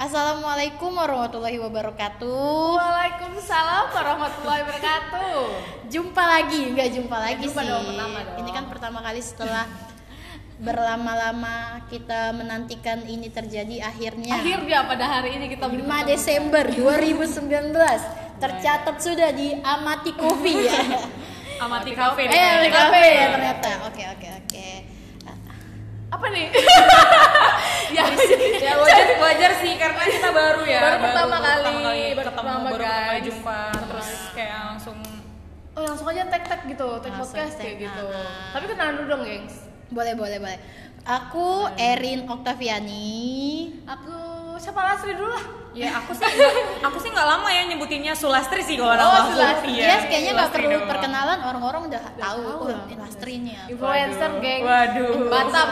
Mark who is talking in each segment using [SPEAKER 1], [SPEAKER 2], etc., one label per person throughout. [SPEAKER 1] Assalamualaikum warahmatullahi wabarakatuh.
[SPEAKER 2] Waalaikumsalam warahmatullahi wabarakatuh.
[SPEAKER 1] Jumpa lagi, nggak jumpa lagi
[SPEAKER 2] Jumpa
[SPEAKER 1] sih.
[SPEAKER 2] dong, pertama dong.
[SPEAKER 1] Ini kan pertama kali setelah berlama-lama kita menantikan ini terjadi akhirnya.
[SPEAKER 2] Akhirnya pada hari ini
[SPEAKER 1] 5
[SPEAKER 2] kita beli
[SPEAKER 1] Desember 2019 tercatat sudah di Amati Coffee ya.
[SPEAKER 2] amati kafe.
[SPEAKER 1] eh, Amati Coffee ya ternyata. Oke, oke, oke.
[SPEAKER 2] Apa nih?
[SPEAKER 3] ya, ya wajar, wajar sih karena kita baru ya
[SPEAKER 2] Baru pertama kali, baru
[SPEAKER 3] baru pertama
[SPEAKER 2] pertama,
[SPEAKER 3] kali ketemu baru pertama
[SPEAKER 2] guys.
[SPEAKER 3] kali jumpa terus kayak langsung
[SPEAKER 2] Oh, langsung aja tag-tag gitu, tag
[SPEAKER 1] Langsung
[SPEAKER 2] podcast
[SPEAKER 1] tag,
[SPEAKER 2] kayak gitu.
[SPEAKER 1] ah.
[SPEAKER 2] Tapi kenalan dulu dong, gengs.
[SPEAKER 1] Boleh, boleh, boleh. Aku Erin Oktaviani.
[SPEAKER 2] Aku siapa Lasri dulu lah.
[SPEAKER 3] ya aku sih aku sih nggak lama ya nyebutinnya Sulastri sih kalau nama aku
[SPEAKER 2] Sulastri.
[SPEAKER 3] Iya,
[SPEAKER 1] Iya, kayaknya nggak
[SPEAKER 3] Sulastri
[SPEAKER 1] perlu
[SPEAKER 3] doang.
[SPEAKER 1] perkenalan orang-orang udah tahu
[SPEAKER 2] tahu Iya.
[SPEAKER 1] oh,
[SPEAKER 2] lah.
[SPEAKER 1] industrinya.
[SPEAKER 2] Influencer,
[SPEAKER 3] Waduh,
[SPEAKER 2] gengs. Eh,
[SPEAKER 3] waduh.
[SPEAKER 2] Batam.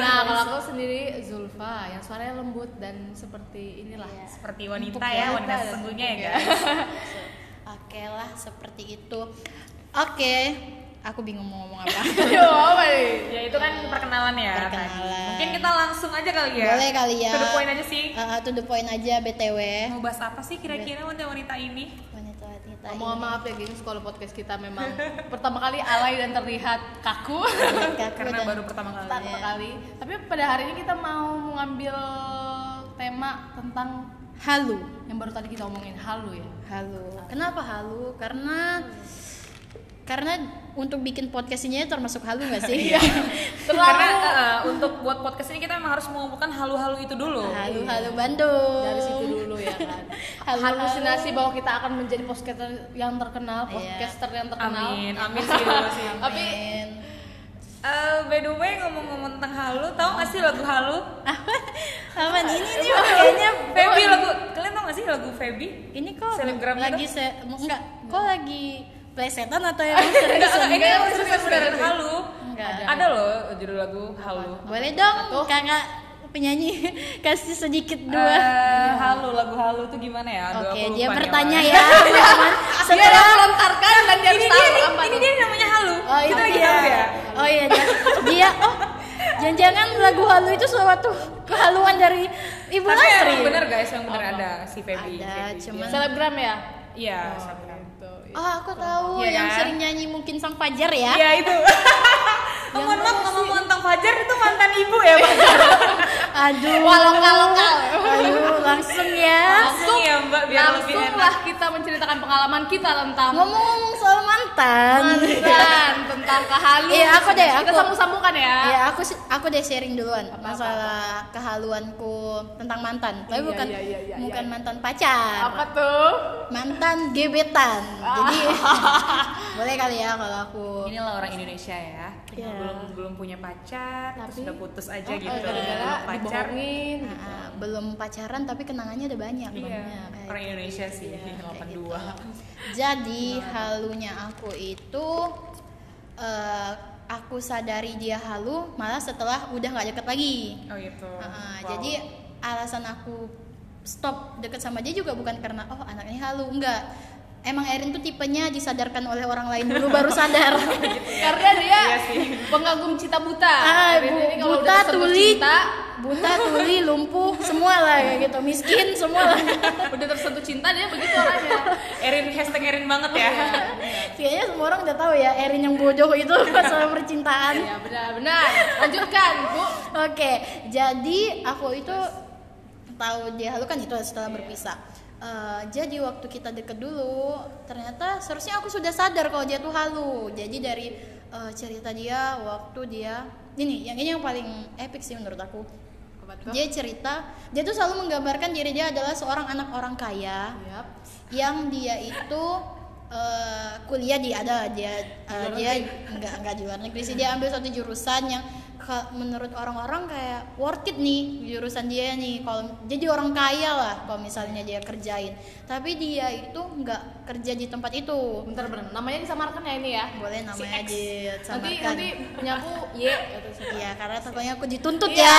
[SPEAKER 2] nah, kalau aku sendiri Zulfa yang suaranya lembut dan seperti inilah.
[SPEAKER 1] Iya.
[SPEAKER 3] seperti wanita
[SPEAKER 2] Empuk
[SPEAKER 3] ya
[SPEAKER 2] banget
[SPEAKER 3] wanita
[SPEAKER 2] lah.
[SPEAKER 3] sesungguhnya ya
[SPEAKER 2] Oke.
[SPEAKER 3] guys
[SPEAKER 1] Oke lah, seperti itu. Oke, aku bingung mau ngomong apa.
[SPEAKER 2] Aduh, apa nih?
[SPEAKER 3] ya itu kan perkenalan ya tadi.
[SPEAKER 1] Perkenalan.
[SPEAKER 3] mungkin kita langsung aja kali ya
[SPEAKER 1] Boleh kali ya.
[SPEAKER 3] to the point aja sih
[SPEAKER 1] Uh, uh, to the point aja BTW.
[SPEAKER 3] mau bahas apa sih kira-kira wanita-wanita ini
[SPEAKER 1] Wanita-wanita
[SPEAKER 2] Mau maaf ya gengs kalau podcast kita memang pertama kali alay dan terlihat kaku
[SPEAKER 1] ini kaku
[SPEAKER 3] karena
[SPEAKER 1] dan-
[SPEAKER 3] baru pertama kali
[SPEAKER 2] pertama kali. Tapi pada hari ini kita mau mengambil tema tentang
[SPEAKER 1] halu.
[SPEAKER 2] yang baru tadi kita omongin halu ya.
[SPEAKER 1] Halu. Kenapa halu? Karena karena untuk bikin podcast ini termasuk halu nggak sih?
[SPEAKER 3] karena eh, untuk buat podcast ini kita emang harus mengumpulkan halu-halu itu dulu
[SPEAKER 1] Nah, Halu-halu Bandung.
[SPEAKER 2] Dari situ
[SPEAKER 3] Oh.
[SPEAKER 2] dulu ya kan.
[SPEAKER 1] Halu-halu.
[SPEAKER 2] Halusinasi bahwa kita akan menjadi podcaster yang terkenal, podcaster yang terkenal.
[SPEAKER 3] Iya. amin amin sih dulu sih
[SPEAKER 2] Tapi
[SPEAKER 1] Amin.
[SPEAKER 3] Eh, by the way ngomong-ngomong tentang halu, tau gak sih lagu halu?
[SPEAKER 1] Aman ini nih makanya Oh,
[SPEAKER 3] Feby lagu, kalian tau gak sih lagu Feby?
[SPEAKER 1] ini kok
[SPEAKER 3] Selebgram
[SPEAKER 1] lagi
[SPEAKER 3] gitu?
[SPEAKER 1] se enggak kok lagi plesetan atau yang serius?
[SPEAKER 3] Enggak, enggak, ini
[SPEAKER 2] Enggak,
[SPEAKER 3] yang
[SPEAKER 2] serius,
[SPEAKER 3] serius
[SPEAKER 2] serius.
[SPEAKER 3] beneran halu.
[SPEAKER 1] Enggak.
[SPEAKER 3] Ada. Ada loh judul lagu halu.
[SPEAKER 1] Boleh dong kakak penyanyi kasih sedikit dua.
[SPEAKER 3] Eh, halu, lagu halu tuh gimana ya? Aduh,
[SPEAKER 1] Oke
[SPEAKER 3] aku
[SPEAKER 1] dia
[SPEAKER 3] lupa nih,
[SPEAKER 1] bertanya
[SPEAKER 3] Mas.
[SPEAKER 1] ya teman-teman setelah
[SPEAKER 2] lontarkan dan dia
[SPEAKER 3] Ini
[SPEAKER 2] harus
[SPEAKER 3] dia,
[SPEAKER 2] tahu
[SPEAKER 3] nih,
[SPEAKER 2] apa
[SPEAKER 3] ini
[SPEAKER 2] dong.
[SPEAKER 3] dia namanya halu.
[SPEAKER 1] oh
[SPEAKER 3] Kita
[SPEAKER 1] itu
[SPEAKER 3] lagi
[SPEAKER 1] dia
[SPEAKER 3] halu ya.
[SPEAKER 1] oh iya dia, dia oh jangan-jangan lagu halu itu suatu kehaluan dari ibu
[SPEAKER 3] Tapi
[SPEAKER 1] Lastri.
[SPEAKER 3] emang bener guys, yang bener ada si Feby.
[SPEAKER 1] Ada,
[SPEAKER 3] Feby.
[SPEAKER 1] cuman-
[SPEAKER 2] Selebgram ya.
[SPEAKER 3] Iya.
[SPEAKER 2] Gitu.
[SPEAKER 1] Oh aku tahu
[SPEAKER 3] Iya
[SPEAKER 1] yang
[SPEAKER 3] kan?
[SPEAKER 1] sering nyanyi mungkin sang Fajar ya.
[SPEAKER 3] Iya itu. Oh, mohon maaf ngomong tentang Fajar itu mantan ibu ya, Pak.
[SPEAKER 1] Aduh.
[SPEAKER 2] Walau kalau
[SPEAKER 1] Aduh langsung ya.
[SPEAKER 3] Langsung ya, Mbak, biar lebih enak.
[SPEAKER 2] langsunglah kita menceritakan pengalaman kita tentang
[SPEAKER 1] Ngomong-ngomong soal mantan.
[SPEAKER 2] mantan tentang kehaluan
[SPEAKER 1] Iya, aku deh,
[SPEAKER 2] kita
[SPEAKER 1] aku.
[SPEAKER 2] sambung-sambungkan ya
[SPEAKER 3] Iya.
[SPEAKER 1] Ya aku si- aku deh sharing duluan masalah kehaluanku tentang mantan. Tapi
[SPEAKER 2] Iya,
[SPEAKER 1] bukan
[SPEAKER 2] iya, iya, iya,
[SPEAKER 1] bukan mantan pacar.
[SPEAKER 2] apa tuh
[SPEAKER 1] Mantan gebetan. Jadi
[SPEAKER 2] Ah.
[SPEAKER 1] boleh kali ya kalau aku.
[SPEAKER 3] Inilah orang Indonesia ya.
[SPEAKER 1] Iya.
[SPEAKER 3] Belum belum punya pacar, terus
[SPEAKER 2] Tapi-
[SPEAKER 3] udah putus aja
[SPEAKER 2] Oh,
[SPEAKER 3] gitu.
[SPEAKER 2] gara-gara
[SPEAKER 3] Belum pacar.
[SPEAKER 2] dibohongin
[SPEAKER 1] Nah, ah, belum pacaran tapi kenangannya udah banyak.
[SPEAKER 3] Iya.
[SPEAKER 1] banyak. Kayak
[SPEAKER 3] Orang Indonesia sih,
[SPEAKER 1] Iya, kayak
[SPEAKER 3] 82.
[SPEAKER 1] gitu. Jadi halunya aku itu eh, aku sadari dia halu malah setelah udah nggak deket lagi.
[SPEAKER 3] Oh gitu.
[SPEAKER 1] Heeh,
[SPEAKER 3] Wow.
[SPEAKER 1] Jadi alasan aku stop deket sama dia juga bukan karena oh anaknya halu, enggak. Emang Erin tuh tipenya disadarkan oleh orang lain dulu baru sadar.
[SPEAKER 2] karena dia
[SPEAKER 3] Iya sih.
[SPEAKER 2] pengagum cita buta
[SPEAKER 1] Ah,
[SPEAKER 2] Jadi
[SPEAKER 1] bu-
[SPEAKER 2] ini kalau
[SPEAKER 1] buta
[SPEAKER 2] udah tersebut
[SPEAKER 1] tuli,
[SPEAKER 2] cinta
[SPEAKER 1] buta tuli, lumpuh, semua lah ya gitu, miskin semua lah.
[SPEAKER 2] udah tersentuh cinta dia begitu orangnya
[SPEAKER 3] Erin hashtag Erin banget ya.
[SPEAKER 1] Kayaknya semua orang udah tahu ya Erin yang bodoh itu masalah percintaan.
[SPEAKER 2] ya benar-benar lanjutkan bu
[SPEAKER 1] Oke, jadi aku itu tahu dia halu kan itu setelah berpisah. Eh, jadi waktu kita deket dulu, ternyata seharusnya aku sudah sadar kalau dia tuh halu. Jadi dari eh, cerita dia waktu dia ini yang ini yang paling epic sih menurut aku.
[SPEAKER 2] apa tuh
[SPEAKER 1] Dia cerita, dia tuh selalu menggambarkan diri dia adalah seorang anak orang kaya
[SPEAKER 2] Yap.
[SPEAKER 1] yang dia itu eh, kuliah di ada dia eh, dia nggak nggak di luar negeri sih dia ambil suatu jurusan yang ke- menurut orang-orang kayak worth it nih jurusan dia nih kalau jadi orang kaya lah kalau misalnya dia kerjain tapi dia itu nggak kerja di tempat itu
[SPEAKER 2] bentar benar namanya disamarkan ya ini ya
[SPEAKER 1] boleh namanya
[SPEAKER 2] X. nanti
[SPEAKER 1] disamarkan
[SPEAKER 2] nanti punya aku ye gitu sih.
[SPEAKER 1] Iya, karena takutnya aku dituntut
[SPEAKER 2] Iya.
[SPEAKER 1] ya.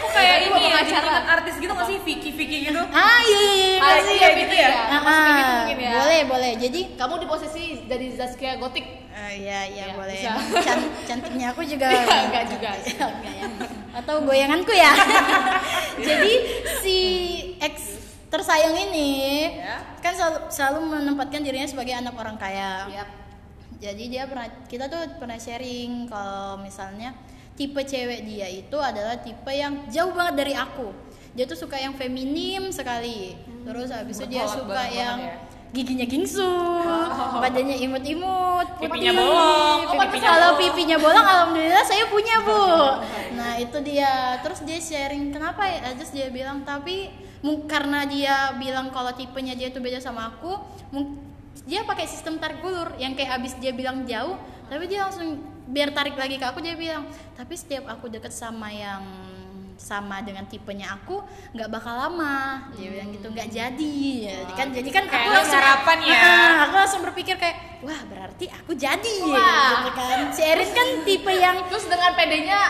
[SPEAKER 3] Aku kayak
[SPEAKER 2] Tapi
[SPEAKER 3] ini
[SPEAKER 2] bukan
[SPEAKER 3] ya,
[SPEAKER 2] acara.
[SPEAKER 3] jadikan artis gitu gak sih? Vicky Vicky gitu.
[SPEAKER 1] ah, iya, iya, iya,
[SPEAKER 2] Ah,
[SPEAKER 1] kasih.
[SPEAKER 2] iya, gitu ya.
[SPEAKER 1] Ah,
[SPEAKER 2] Maksudnya gitu
[SPEAKER 1] ah,
[SPEAKER 2] mungkin ya.
[SPEAKER 1] Boleh, boleh. Jadi
[SPEAKER 2] kamu di posisi jadi Zaskia Gotik
[SPEAKER 1] Eh, Eh, ya, ya,
[SPEAKER 2] Ya,
[SPEAKER 1] boleh.
[SPEAKER 2] bisa.
[SPEAKER 1] Can- cantiknya aku juga.
[SPEAKER 2] Iya, Enggak, enggak juga.
[SPEAKER 1] Enggak ya. Atau goyanganku ya. Jadi si ex tersayang ini
[SPEAKER 3] Ya.
[SPEAKER 1] kan selalu, selalu menempatkan dirinya sebagai anak orang kaya.
[SPEAKER 2] Yap.
[SPEAKER 1] Jadi dia pernah kita tuh pernah sharing kalau misalnya tipe cewek dia itu adalah tipe yang jauh banget dari aku. Dia tuh suka yang feminim sekali. Terus habis itu dia
[SPEAKER 3] Hmm. Bertolak
[SPEAKER 1] suka
[SPEAKER 3] belakang
[SPEAKER 1] yang
[SPEAKER 3] ya. Oh.
[SPEAKER 1] giginya gingsu, badannya imut-imut, putih.
[SPEAKER 3] Pipinya bolong.
[SPEAKER 1] Pipi-
[SPEAKER 3] Oh, pipinya
[SPEAKER 1] kalau
[SPEAKER 3] bolong.
[SPEAKER 1] pipinya bolong alhamdulillah saya punya, Bu. Nah, itu dia. Terus dia sharing kenapa ya? Terus dia bilang tapi mu- karena dia bilang kalau tipenya dia tuh beda sama aku, mung- dia pakai sistem tarik ulur yang kayak abis dia bilang jauh, tapi dia langsung biar tarik lagi ke aku dia bilang, "Tapi setiap aku deket sama yang sama dengan tipenya aku nggak bakal lama dia bilang gitu nggak jadi ya kan jadi kan
[SPEAKER 3] Hmm. Kayak
[SPEAKER 1] aku
[SPEAKER 3] ada
[SPEAKER 1] langsung
[SPEAKER 3] harapan ya.
[SPEAKER 1] Ah, aku langsung berpikir kayak wah berarti aku jadi
[SPEAKER 2] Wah.
[SPEAKER 1] gitu kan si Erin kan tipe yang
[SPEAKER 2] Terus dengan pedenya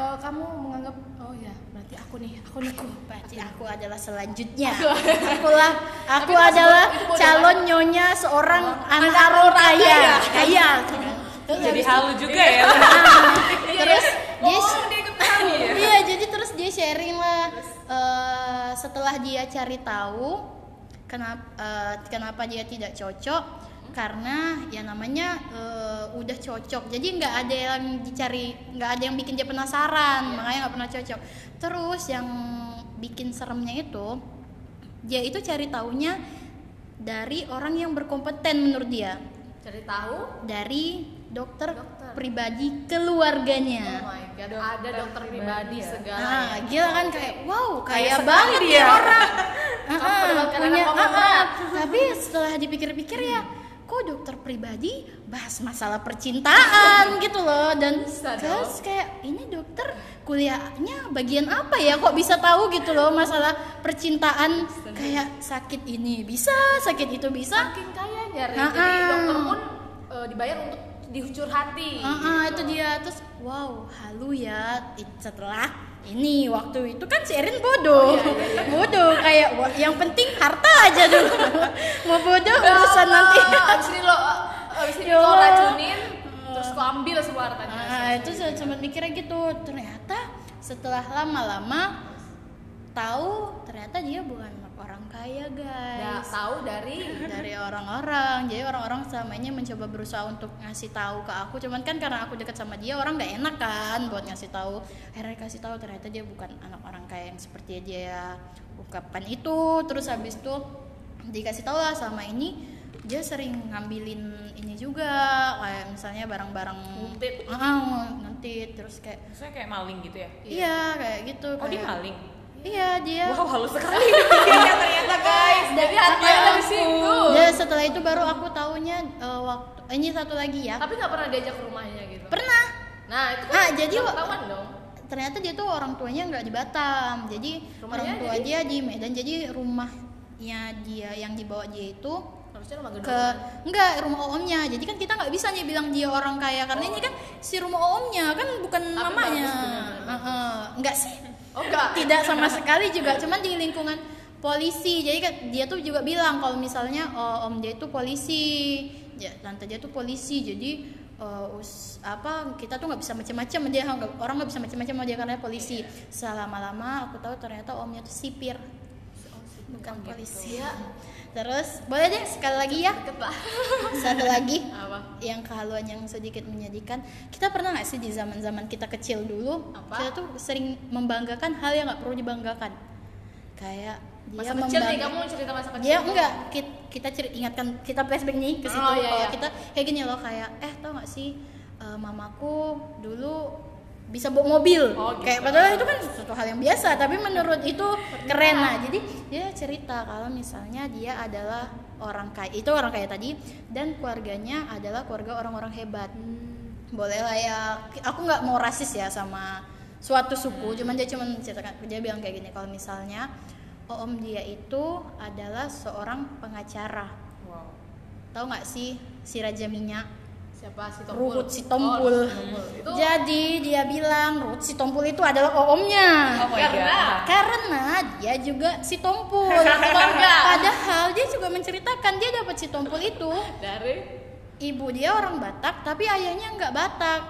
[SPEAKER 2] eh, kamu menganggap oh ya berarti aku nih, aku nih aku.
[SPEAKER 1] berarti aku adalah selanjutnya akulah aku
[SPEAKER 2] Tapi itu
[SPEAKER 1] adalah
[SPEAKER 2] sebut- itu bodoh
[SPEAKER 1] calon nyonya seorang anak orang kaya kaya Terus
[SPEAKER 3] Jadi
[SPEAKER 1] habis
[SPEAKER 3] halu juga ya.
[SPEAKER 1] itu- terus dia
[SPEAKER 3] Oh, Iya, dia ikut halu ya.
[SPEAKER 1] Iya, jadi terus dia sharing lah eh, setelah dia cari tahu kenapa kenapa dia tidak cocok
[SPEAKER 3] Hmm?
[SPEAKER 1] karena ya namanya eh, udah cocok. Jadi nggak ada yang dicari, nggak ada yang bikin dia
[SPEAKER 3] Iya.
[SPEAKER 1] penasaran, makanya nggak pernah cocok. Terus yang bikin seremnya itu dia itu cari taunya dari orang yang berkompeten menurut dia,
[SPEAKER 2] Cari tahu.
[SPEAKER 1] dari dokter,
[SPEAKER 2] Dokter.
[SPEAKER 1] pribadi keluarganya.
[SPEAKER 2] Oh my god, ada dokter pribadi
[SPEAKER 3] pribadi ya.
[SPEAKER 2] segala.
[SPEAKER 1] Ah, gila kan kayak wow kaya,
[SPEAKER 3] Kaya
[SPEAKER 1] banget
[SPEAKER 3] sekali
[SPEAKER 1] ya
[SPEAKER 3] dia.
[SPEAKER 1] orang. Ah,
[SPEAKER 2] Kamu
[SPEAKER 1] ah,
[SPEAKER 2] mendapatkan
[SPEAKER 1] punya
[SPEAKER 2] anak
[SPEAKER 1] ah,
[SPEAKER 2] kamu
[SPEAKER 1] ah.
[SPEAKER 2] berat.
[SPEAKER 1] tapi setelah dipikir-pikir ya kok dokter pribadi bahas masalah percintaan gitu loh dan
[SPEAKER 2] Bisa dong.
[SPEAKER 1] terus kayak ini dokter kuliahnya bagian apa ya kok bisa tahu gitu loh masalah percintaan kayak sakit ini bisa sakit itu bisa
[SPEAKER 2] Saking kayanya, Rin.
[SPEAKER 1] Nah, Ah,
[SPEAKER 2] jadi
[SPEAKER 1] ah.
[SPEAKER 2] dokter pun eh, dibayar untuk dihujur hati. Gitu.
[SPEAKER 1] Ah, ah, itu dia terus wow halu ya It- setelah ini waktu itu kan si Erin bodoh bodoh kayak "Wah, yang penting harta aja dulu mau bodoh
[SPEAKER 2] Ya
[SPEAKER 1] urusan nanti
[SPEAKER 2] Abis Ah, ini lo, eh, abis ini
[SPEAKER 1] Ya
[SPEAKER 2] lo
[SPEAKER 1] Allah.
[SPEAKER 2] racunin, terus lo ambil semua hartanya.
[SPEAKER 1] Ah, itu saya cuma mikirnya gitu ternyata setelah lama-lama tahu ternyata dia bukan orang kaya
[SPEAKER 2] Nggak
[SPEAKER 1] guys
[SPEAKER 2] tahu dari
[SPEAKER 1] dari orang-orang jadi orang-orang selama ini mencoba berusaha untuk ngasih tahu ke aku cuman kan karena aku deket sama dia orang nggak enak kan buat ngasih tahu akhirnya kasih tahu ternyata dia bukan anak orang kaya yang seperti dia ungkapkan itu terus habis itu dikasih tahu lah selama ini dia sering ngambilin ini juga kayak misalnya barang-barang
[SPEAKER 3] Ngutip.
[SPEAKER 1] Ah, ah, ngutip. terus kayak
[SPEAKER 3] Maksudnya kayak maling gitu ya.
[SPEAKER 1] iya kayak gitu
[SPEAKER 3] Oh, dia
[SPEAKER 1] kayak-
[SPEAKER 3] maling.
[SPEAKER 1] iya dia
[SPEAKER 3] Wow, halu sekali. Iya, ternyata guys.
[SPEAKER 2] dari
[SPEAKER 1] Ah,
[SPEAKER 2] hartanya dari situ.
[SPEAKER 1] Ya, setelah itu baru aku taunya eh, waktu ini satu lagi ya.
[SPEAKER 2] Tapi nggak pernah diajak ke rumahnya gitu.
[SPEAKER 1] Pernah.
[SPEAKER 2] Nah itu kan
[SPEAKER 1] Ah, jadi wa-
[SPEAKER 2] ketahuan dong.
[SPEAKER 1] Ternyata dia tuh orang tuanya nggak di Batam. Jadi
[SPEAKER 2] Rumahnya
[SPEAKER 1] orang tua
[SPEAKER 2] jadi?
[SPEAKER 1] dia di Medan. Jadi rumahnya dia yang dibawa dia itu
[SPEAKER 2] Harusnya rumah gedung.
[SPEAKER 1] ke enggak rumah omnya. Jadi kan kita nggak bisa nih bilang dia orang kaya karena ini kan si rumah omnya kan bukan
[SPEAKER 2] Tapi
[SPEAKER 1] mamanya.
[SPEAKER 2] bagus bener-bener.
[SPEAKER 1] Heeh. Enggak sih?
[SPEAKER 2] Oh enggak.
[SPEAKER 1] Tidak sama sekali juga. Cuman di lingkungan polisi. Jadi kan dia tuh juga bilang kalau misalnya oh, om dia itu polisi. Ya, tante dia tuh polisi. Jadi eh, us- apa kita tuh nggak bisa macam-macam sama dia Nggak- orang nggak bisa macam-macam sama dia karena polisi selama-lama aku tahu ternyata omnya tuh sipir bukan polisi
[SPEAKER 2] Iya.
[SPEAKER 1] terus boleh deh sekali lagi ya
[SPEAKER 2] Deket lah.
[SPEAKER 1] satu lagi
[SPEAKER 2] Apa?
[SPEAKER 1] yang kehaluan yang sedikit menyedihkan kita pernah nggak sih di zaman zaman kita kecil dulu
[SPEAKER 2] Apa?
[SPEAKER 1] kita tuh sering membanggakan hal yang nggak perlu dibanggakan kayak dia
[SPEAKER 2] Masa kecil nih
[SPEAKER 1] membangga-
[SPEAKER 2] kamu cerita masa kecil.
[SPEAKER 1] dia enggak kita, kita ceri- ingatkan kita flashback nih ke situ
[SPEAKER 2] Oh, iya,
[SPEAKER 1] Kalau
[SPEAKER 2] iya.
[SPEAKER 1] kita kayak gini loh kayak eh tau nggak sih eh, mamaku dulu bisa bawa mobil
[SPEAKER 2] Oh, gitu.
[SPEAKER 1] kayak padahal itu kan suatu hal yang biasa tapi menurut itu keren lah jadi dia cerita kalau misalnya dia adalah orang kaya itu orang kaya tadi dan keluarganya adalah keluarga orang-orang hebat boleh lah ya aku nggak mau rasis ya sama suatu suku cuman dia cuman menceritakan dia bilang kayak gini kalau misalnya om dia itu adalah seorang pengacara
[SPEAKER 3] Wow.
[SPEAKER 1] tahu nggak sih si raja minyak
[SPEAKER 2] Siapa si Tompul?
[SPEAKER 1] Ruhut si Tompul. Ya.
[SPEAKER 2] Oh, si Tompul. Itu
[SPEAKER 1] Jadi dia bilang Ruth si Tompul itu adalah omnya.
[SPEAKER 3] Oh my
[SPEAKER 2] Karena-
[SPEAKER 3] god.
[SPEAKER 1] Karena dia juga si Tompul.
[SPEAKER 2] Keluarga.
[SPEAKER 1] Padahal dia juga menceritakan dia dapat si Tompul itu
[SPEAKER 2] dari
[SPEAKER 1] ibu dia orang Batak tapi ayahnya nggak Batak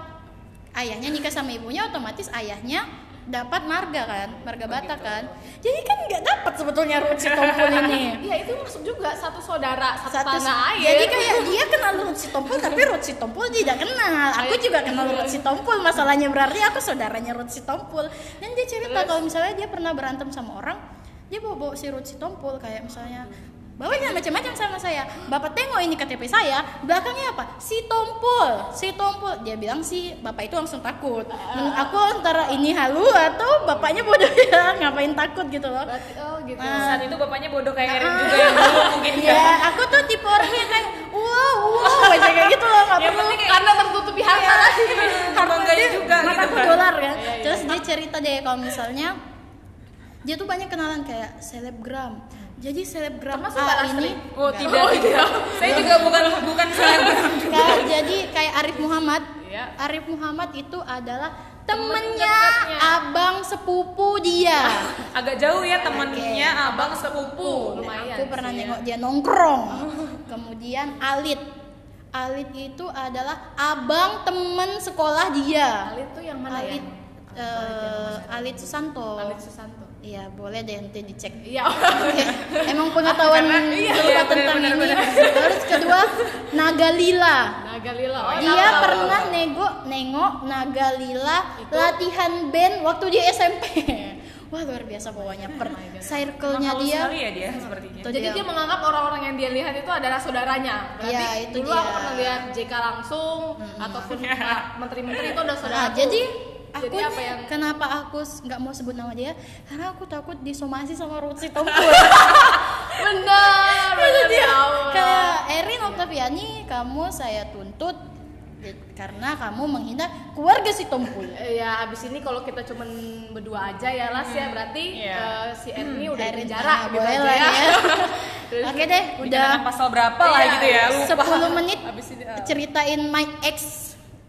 [SPEAKER 1] ayahnya nikah sama ibunya otomatis ayahnya dapat marga kan marga Batak kan jadi kan nggak dapat sebetulnya Ruci Tompul ini
[SPEAKER 2] Iya itu masuk juga satu saudara satu,
[SPEAKER 1] Satu-
[SPEAKER 2] tanah air.
[SPEAKER 1] jadi kayak dia kenal Ruth Sitompul tapi Ruth Sitompul tidak kenal
[SPEAKER 2] Oh, iya.
[SPEAKER 1] aku juga kenal Ruth Sitompul masalahnya berarti aku saudaranya Ruth Sitompul dan dia cerita kalau misalnya dia pernah berantem sama orang dia bawa bawa si Ruth Sitompul kayak misalnya bawanya macam-macam sama saya bapak tengok ini KTP saya belakangnya apa si Tompul si Tompul dia bilang si bapak itu langsung takut
[SPEAKER 2] Ah.
[SPEAKER 1] Men- aku antara ini halu atau bapaknya bodoh ya ngapain takut gitu loh
[SPEAKER 2] Berarti, oh gitu.
[SPEAKER 1] Ah.
[SPEAKER 3] saat itu bapaknya bodoh kayak Erin
[SPEAKER 1] Ah.
[SPEAKER 3] juga yang dulu mungkin ya.
[SPEAKER 1] Ya, aku tuh tipe orangnya kayak wow, wow, aja kayak gitu loh, nggak
[SPEAKER 3] Ya,
[SPEAKER 1] perlu
[SPEAKER 3] penting kayak-
[SPEAKER 2] Karena tertutupi harta tadi.
[SPEAKER 3] bangganya juga
[SPEAKER 1] mata
[SPEAKER 3] gitu
[SPEAKER 1] aku
[SPEAKER 3] kan.
[SPEAKER 1] dolar
[SPEAKER 2] Iya,
[SPEAKER 1] kan. Terus dia cerita deh kalau misalnya dia tuh banyak kenalan kayak selebgram. Jadi selebgram
[SPEAKER 2] Termasuk Kak
[SPEAKER 1] A Ah,
[SPEAKER 2] Lastri?
[SPEAKER 1] ini
[SPEAKER 3] Oh tidak,
[SPEAKER 2] iya.
[SPEAKER 3] tidak. Saya juga bukan bukan selebgram.
[SPEAKER 1] Kayak- jadi kayak Arif Muhammad.
[SPEAKER 2] Iya.
[SPEAKER 1] Arif Muhammad itu adalah temennya
[SPEAKER 2] dekatnya.
[SPEAKER 1] abang sepupu dia.
[SPEAKER 3] Agak jauh ya temennya abang
[SPEAKER 1] Dan
[SPEAKER 3] sepupu.
[SPEAKER 2] Lumayan
[SPEAKER 1] aku pernah
[SPEAKER 2] sih ya.
[SPEAKER 1] nengok dia nongkrong. Kemudian Alit. Alit itu adalah abang temen sekolah dia.
[SPEAKER 2] Alit tuh yang mana ya?
[SPEAKER 1] Alit eh, Alit Susanto.
[SPEAKER 2] Alit Susanto.
[SPEAKER 1] Iya, boleh deh nanti dicek.
[SPEAKER 2] Iya. Ah,
[SPEAKER 1] Oke, Emang pengetahuan
[SPEAKER 3] Karena- iya,
[SPEAKER 1] dulu
[SPEAKER 3] iya,
[SPEAKER 1] tentang
[SPEAKER 3] benar,
[SPEAKER 1] ini.
[SPEAKER 3] benar,
[SPEAKER 1] Terus kedua, Nagalila.
[SPEAKER 2] Nagalila. Oh,
[SPEAKER 1] dia
[SPEAKER 2] tahu, tahu,
[SPEAKER 1] pernah
[SPEAKER 2] tahu.
[SPEAKER 1] nego nengok Nagalila
[SPEAKER 2] Itu?
[SPEAKER 1] latihan band waktu dia SMP. Wah, luar biasa pokoknya. Per
[SPEAKER 2] Oh
[SPEAKER 1] circle-nya
[SPEAKER 3] Emang halus
[SPEAKER 1] dia. Nah,
[SPEAKER 3] sekali ya dia sepertinya.
[SPEAKER 1] Tuh
[SPEAKER 2] Jadi
[SPEAKER 1] dia.
[SPEAKER 2] dia menganggap orang-orang yang dia lihat itu adalah saudaranya. Berarti
[SPEAKER 1] Iya, itu dia.
[SPEAKER 2] dulu
[SPEAKER 1] Hmm.
[SPEAKER 2] aku pernah lihat JK langsung ataupun Pak menteri-menteri itu udah saudara.
[SPEAKER 1] Nah,
[SPEAKER 2] aku.
[SPEAKER 1] jadi aku
[SPEAKER 2] Jadi apa
[SPEAKER 1] nih,
[SPEAKER 2] yang
[SPEAKER 1] kenapa aku s- nggak mau sebut nama dia? Karena aku takut disomasi sama Rutsi Tompul.
[SPEAKER 2] benar, benar
[SPEAKER 1] dia
[SPEAKER 2] ya Allah.
[SPEAKER 1] ke Iya, Erin Oktaviani, kamu saya tuntut di- karena kamu menghina keluarga si Tompul.
[SPEAKER 2] Eh, Ya abis ini kalau kita cuman berdua aja ya Las ya berarti
[SPEAKER 3] Iya.
[SPEAKER 2] eh, si Erni udah di
[SPEAKER 1] Erin,
[SPEAKER 2] penjara
[SPEAKER 1] ah,
[SPEAKER 2] gitu
[SPEAKER 1] boleh
[SPEAKER 2] aja
[SPEAKER 1] lah
[SPEAKER 2] ya.
[SPEAKER 1] ya.
[SPEAKER 2] Terus-
[SPEAKER 1] Oke deh, udah
[SPEAKER 3] Dikenakan pasal berapa lah
[SPEAKER 2] Iya,
[SPEAKER 3] gitu ya? Lupa.
[SPEAKER 1] 10 menit
[SPEAKER 3] Abis ini, eh,
[SPEAKER 1] ceritain my ex